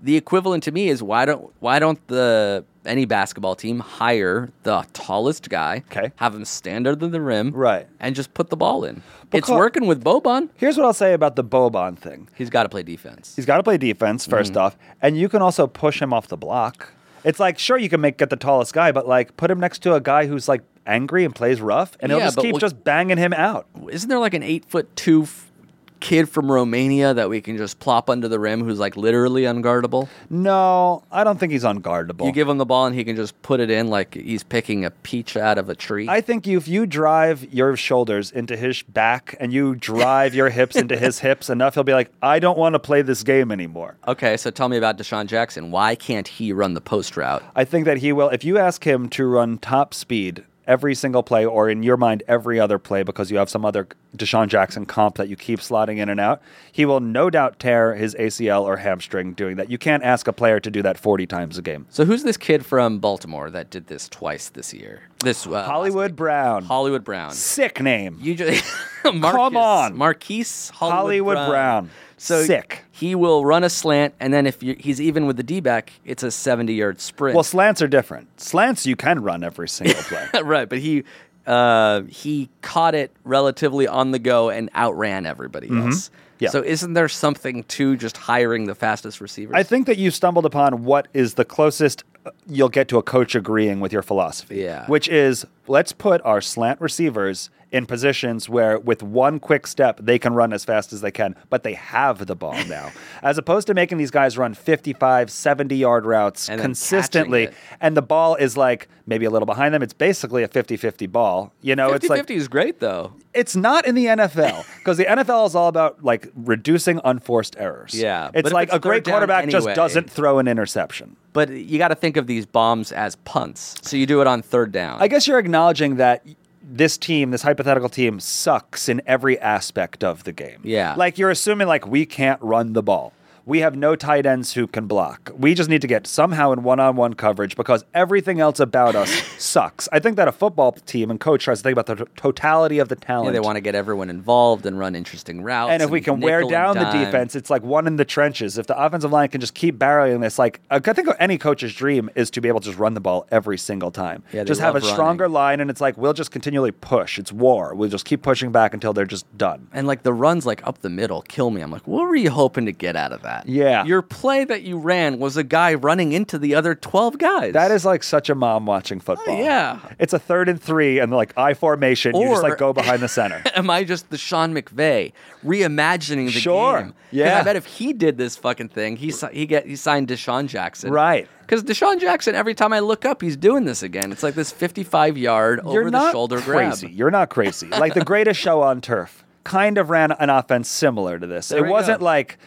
The equivalent to me is why don't why don't the any basketball team hire the tallest guy, Okay. have him stand under the rim, Right. and just put the ball in. it's Because- working with Boban. Here's what I'll say about the Boban thing. He's got to play defense. He's got to play defense 1st Mm-hmm. off, and you can also push him off the block. It's like sure you can make get the tallest guy, but like put him next to a guy who's like angry and plays rough, and he'll Yeah, just but keep we- just banging him out. Isn't there like an eight foot two f- kid from Romania that we can just plop under the rim who's like literally unguardable? No, I don't think he's unguardable. You give him the ball and he can just put it in like he's picking a peach out of a tree. I think you, if you drive your shoulders into his back and you drive your hips into his (laughs) hips enough, he'll be like, I don't want to play this game anymore. okay, so tell me about Deshaun Jackson. Why can't he run the post route? I think that he will. If you ask him to run top speed every single play, or in your mind, every other play, because you have some other Deshaun Jackson comp that you keep slotting in and out, he will no doubt tear his ACL or hamstring doing that. You can't ask a player to do that 40 times a game. So who's this kid from Baltimore that did this twice this year? This uh, last Hollywood week? Brown. Hollywood Brown. Sick name. You just (laughs) Marcus, on. Marquise Hollywood, Hollywood Brown. Brown. So Sick. He will run a slant, and then if you, he's even with the D back, it's a seventy-yard sprint. Well, slants are different. Slants you can run every single (laughs) play. (laughs) right, but he uh, he caught it relatively on the go and outran everybody else. Mm-hmm. Yeah. So isn't there something to just hiring the fastest receivers? I think that you stumbled upon what is the closest uh, you'll get to a coach agreeing with your philosophy. Yeah. Which is let's put our slant receivers in positions where with one quick step they can run as fast as they can, but they have (laughs) the ball now. as opposed to making these guys run 55, 70 yard routes And then consistently catching it. and the ball is like maybe a little behind them. It's basically a 50-50 ball. You know, it's like 50-50 is great though. it's not in the NFL because the NFL is all about like reducing unforced errors. Yeah, but it's if like it's a third great down quarterback just anyway- doesn't throw an interception. But you got to think of these bombs as punts. So you do it on third down. I guess you're acknowledging that this team, this hypothetical team, sucks in every aspect of the game. Yeah. like you're assuming like we can't run the ball. We have no tight ends who can block. We just need to get somehow in one-on-one coverage because everything else about us (laughs) sucks. I think that a football team and coach tries to think about the t- totality of the talent. Yeah, they want to get everyone involved and run interesting routes. and if we can wear nickel down and the dime. defense, it's like one in the trenches. If the offensive line can just keep barreling this, like I think any coach's dream is to be able to just run the ball every single time. Yeah, they just have a love stronger running. line, and it's like we'll just continually push. It's war. We'll just keep pushing back until they're just done. and like the runs like up the middle kill me. I'm like, what were you hoping to get out of that? Yeah. your play that you ran was a guy running into the other twelve guys. That is like such a mom watching football. Oh, yeah. it's a third and three, and like I formation, you just Or- like go behind the center. (laughs) Am I just the Sean McVay reimagining the Sure. game? 'Cause Yeah. I bet if he did this fucking thing, he si- he get he signed Deshaun Jackson. Right. Because Deshaun Jackson, every time I look up, he's doing this again. It's like this 55 yard over the shoulder crazy. grab. You're not crazy. Like the greatest show on turf kind of ran an offense similar to this. There it we wasn't go. like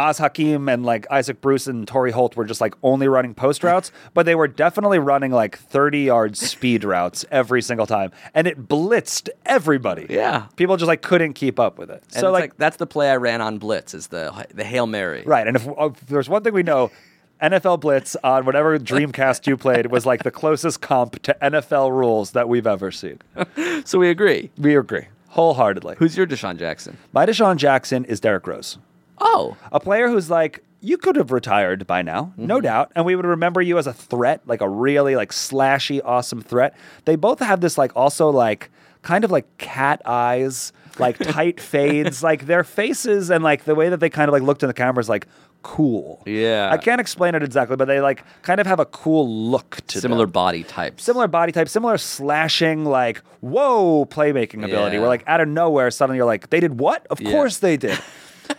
Oz Hakim and like Isaac Bruce and Torrey Holt were just like only running (laughs) post routes, but they were definitely running like 30 yard speed routes every single time. And it blitzed everybody. Yeah. People just like couldn't keep up with it. And so it's like, like that's the play I ran on blitz is the the hail mary. right. And if, oh, if there's one thing we know, NFL Blitz on whatever Dreamcast you played was like the closest comp to NFL rules that we've ever seen. So we agree. We agree wholeheartedly. Who's your Deshaun Jackson? My Deshaun Jackson is Derrick Rose, Oh, a player who's like, you could have retired by now, Mm-hmm. no doubt, and we would remember you as a threat, like a really like slashy, awesome threat. They both have this like also like kind of like cat eyes, (laughs) like tight fades, like their faces and like the way that they kind of like looked in the camera is like cool. Yeah. I can't explain it exactly, but they like kind of have a cool look to similar them body types. similar body type, similar slashing, like whoa, playmaking ability. Yeah. Where like out of nowhere, suddenly you're like, they did what? Of Yeah. course they (laughs) did.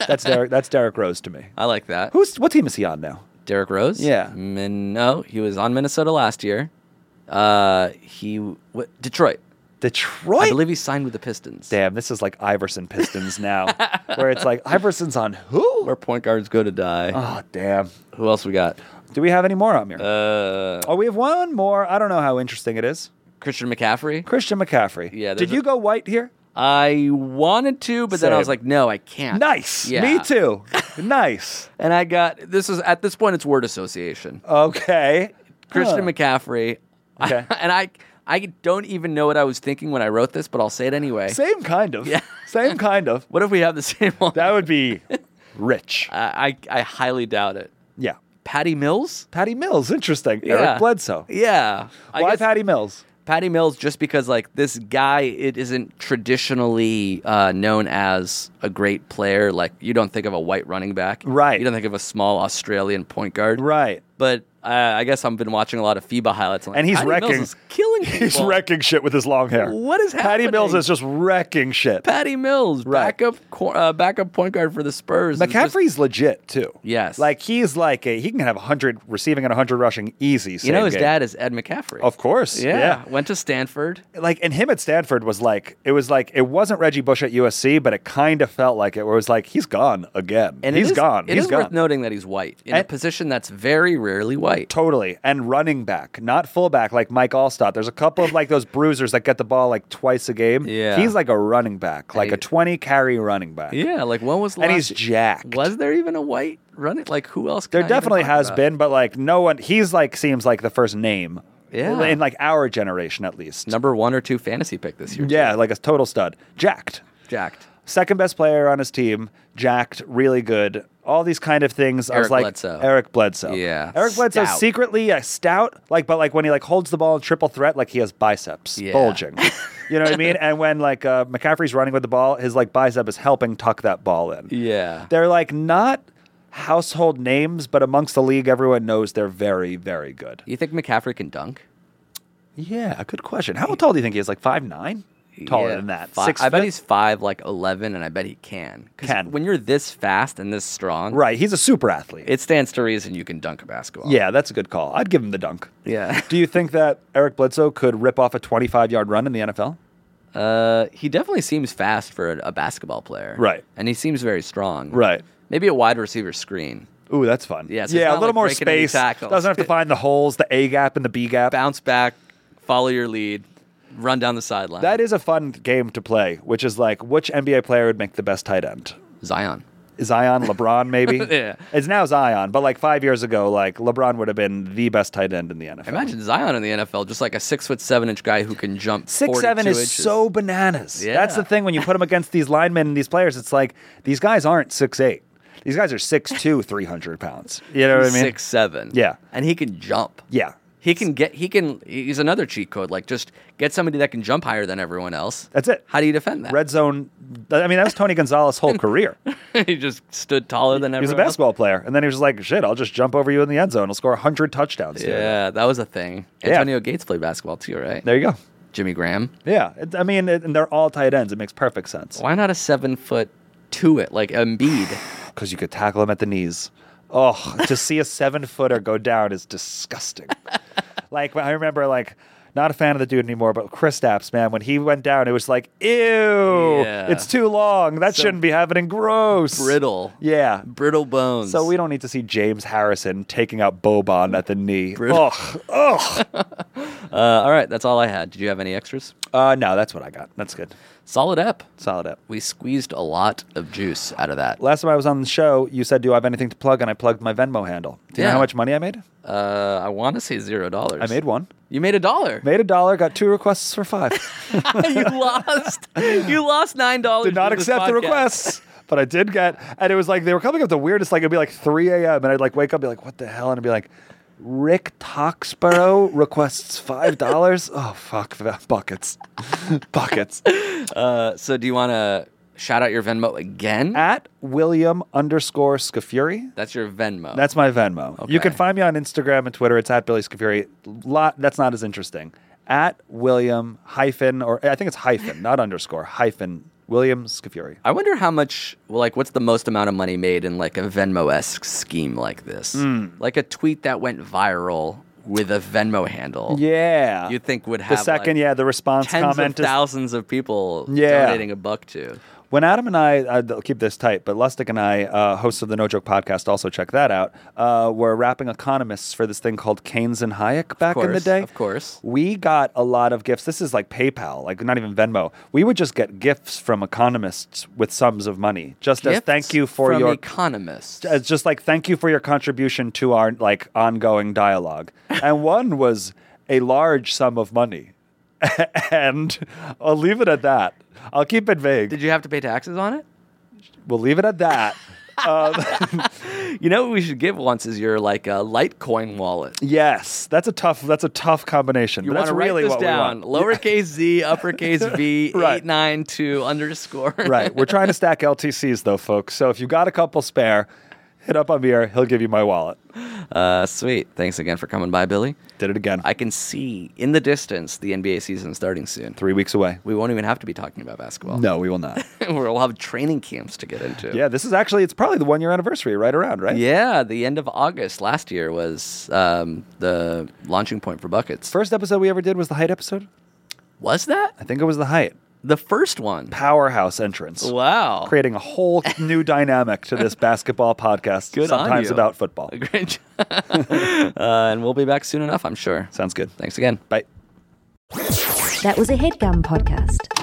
that's Derek. That's Derek Rose to me. I like that. Who's what team is he on now? Derrick Rose? Yeah. Min- no, he was on Minnesota last year. Uh, he what, Detroit. Detroit. I believe he signed with the Pistons. Damn, this is like Iverson Pistons now, where it's (laughs) like Iverson's on who? Where point guards go to die. Oh damn. Who else we got? Do we have any more on here? Uh, oh, we have one more. I don't know how interesting it is. Christian McCaffrey. Christian McCaffrey. Yeah, there's Did you a- go white here? I wanted to, but then I was Same. like, no, I can't. Nice. Yeah. Me (laughs) too. nice. And I got this is at this point it's word association. Okay. Christian Huh. McCaffrey. Uh. Okay. (laughs) and I I don't even know what I was thinking when I wrote this, but I'll say it anyway. Same kind of. Yeah. (laughs) Same kind of. What if we have the (laughs) same one? That would be (laughs) rich. I, I I highly doubt it. Yeah. Patty Mills? Patty Mills, interesting. Yeah. Eric Bledsoe. Yeah. I Why guess Patty Mills? Patty Mills just because like this guy it isn't traditionally uh, known as a great player. Like you don't think of a white running back. Right. You don't think of a small Australian point guard. Right. But uh, I guess I've been watching a lot of FIBA highlights. I'm like, And he's Patty wrecking- Mills is killing people. (laughs) He's wrecking shit with his long hair. What is Patty Mills happening? is just wrecking shit. Patty Mills, Right. backup cor- uh, backup point guard for the Spurs. is just- McCaffrey's legit too. Yes. like he's like a, he can have hundred receiving and hundred rushing easy. you know same his game. dad is Ed McCaffrey. of course. yeah, went to Stanford. like and him at Stanford was like it was like it wasn't Reggie Bush at USC, but it kind of felt like it. Where it was like he's gone again. And he's it is, gone. It He's is gone. worth noting that he's white in a And- position that's very rarely white. Totally. And running back, not fullback like Mike Allstott. There's a couple of like those bruisers that get the ball like twice a game. Yeah. He's like a running back, like he- a 20 carry running back. Yeah, like when was the And last he's jacked. Was there even a white running? Like who else? There can I even definitely talk has about? been, but like no one, he's like seems like the first name. Yeah. In like our generation at least. number one or two fantasy pick this year. Yeah, like a total stud. Jacked. jacked. Second best player on his team, jacked, really good. All these kind of things. I was Eric like Bledsoe. Eric Bledsoe. Yeah. Eric Bledsoe Stout. secretly a stout, like but like when he like holds the ball in triple threat, like he has biceps Yeah. (laughs) bulging. You know what I mean? And when like uh, McCaffrey's running with the ball, his like bicep is helping tuck that ball in. Yeah. They're like not household names, but amongst the league, everyone knows they're very, very good. You think McCaffrey can dunk? Yeah, good question. How tall do you think he is? Like five nine? Taller Yeah, than that. fi- Six I bet foot? he's five, like eleven, and I bet he can. 'Cause Can. when you're this fast and this strong, right. He's a super athlete. It stands to reason you can dunk a basketball. Yeah, that's a good call. I'd give him the dunk. (laughs) Yeah. Do you think that Eric Bledsoe could rip off a 25 yard run in the NFL? Uh, he definitely seems fast for a, a basketball player. Right. And he seems very strong. Right. Maybe a wide receiver screen. Ooh, that's fun. Yeah, so it's yeah, not a little like more breaking any space. tackles. Doesn't have to find the holes, the A gap and the B gap. Bounce back, follow your lead, run down the sideline. That is a fun game to play, which is like which NBA player would make the best tight end? Zion. Zion, LeBron, maybe. (laughs) Yeah. It's now Zion, but like five years ago, like LeBron would have been the best tight end in the NFL. Imagine Zion in the NFL, just like a six foot seven inch guy who can jump. Six seven 42 is inches. so bananas. Yeah. That's the thing when you put them against these linemen and these players, it's like these guys aren't six eight. These guys are six (laughs) two, three hundred pounds. You know what I mean? six seven. Yeah. and he can jump. Yeah. he can get. He can. He's another cheat code. Like just get somebody that can jump higher than everyone else. That's it. How do you defend that? Red zone. I mean, that was Tony Gonzalez's whole career. He (laughs) he just stood taller than everyone. was a else. basketball player, and then he was like, "Shit, I'll just jump over you in the end zone. I'll score hundred touchdowns." here." Yeah, that was a thing. Yeah. Antonio Gates played basketball too, right? There you go. Jimmy Graham. Yeah. It, I mean, it, and they're all tight ends. It makes perfect sense Why not a seven foot two it like (sighs) Embiid? because you could tackle him at the knees. Oh, to see a seven footer go down is disgusting. like I remember, like. Not a fan of the dude anymore, but Chris Stapps, man, when he went down, it was like, ew, Yeah. it's too long. That So shouldn't be happening. Gross. Brittle. Yeah. Brittle bones. So we don't need to see James Harrison taking out Boban at the knee. Brutal. Ugh, ugh. uh, all right, that's all I had. Did you have any extras? Uh, no, that's what I got. That's good. Solid up. Solid up. We squeezed a lot of juice out of that. Last time I was on the show, you said, "Do I have anything to plug?" And I plugged my Venmo handle. Do you know Yeah. how much money I made? Uh, I want to say zero dollars. I made one. You made a dollar. Made a dollar. Got two requests for five. (laughs) you lost. You lost nine dollars. did not accept the (laughs) requests. But I did get, and it was like they were coming up the weirdest. Like it'd be like 3 a.m. and I'd like wake up, and be like, "What the hell?" and I'd be like, "Rick Toxborough requests five dollars." Oh fuck, (laughs) buckets, buckets. Uh, so do you want to shout out your Venmo again? at William underscore Scafuri. That's your Venmo. That's my Venmo. You can Okay. find me on Instagram and Twitter. It's at Billy Scafuri. Lot that's not as interesting. At William hyphen or I think it's hyphen, not underscore hyphen William Scafuri. I wonder how much, well, like, what's the most amount of money made in like a Venmo esque scheme like this? Hmm. Like a tweet that went viral with a Venmo handle. Yeah, You think would the have second? like, yeah, the response tens of comment is thousands of people Yeah. donating a buck to. When Adam and I, I'll keep this tight, but Lustig and I, uh, hosts of the No Joke podcast, also check that out. Uh, were rapping economists for this thing called Keynes and Hayek back in the course, day. of course. we got a lot of gifts. This is like PayPal, like not even Venmo. We would just get gifts from economists with sums of money, just as Gifts thank you for from your economists. as uh, just like thank you for your contribution to our like (laughs) ongoing dialogue. And one was a large sum of money, (laughs) and I'll leave it at that. I'll keep it vague. Did you have to pay taxes on it? We'll leave it at that. You know what we should give once is your like a Litecoin wallet. yes, that's a tough. That's a tough combination. You but want that's to write really this what down? we want. Lowercase z, uppercase v, (laughs) Right. eight nine two underscore. (laughs) right. We're trying to stack LTCs though, folks. So if you got a couple spare, hit up Amir. He'll give you my wallet. Uh, sweet. Thanks again for coming by, Billy. Did it again. I can see in the distance the NBA season starting soon. Three weeks away. We won't even have to be talking about basketball. (laughs) No, we will not. we'll have training camps to get into. (laughs) yeah, this is actually, it's probably the one year anniversary right (laughs) around, right? Yeah, the end of August last year was um, the launching point for buckets. First episode we ever did was the height episode. Was that I think it was the height. the first one? Powerhouse entrance. Wow. Creating (laughs) a whole new dynamic to this basketball podcast, Good on sometimes you. about football. Great (laughs) job. uh, and we'll be back soon enough, I'm sure. Sounds good. Thanks again. Bye. That was a headgum podcast.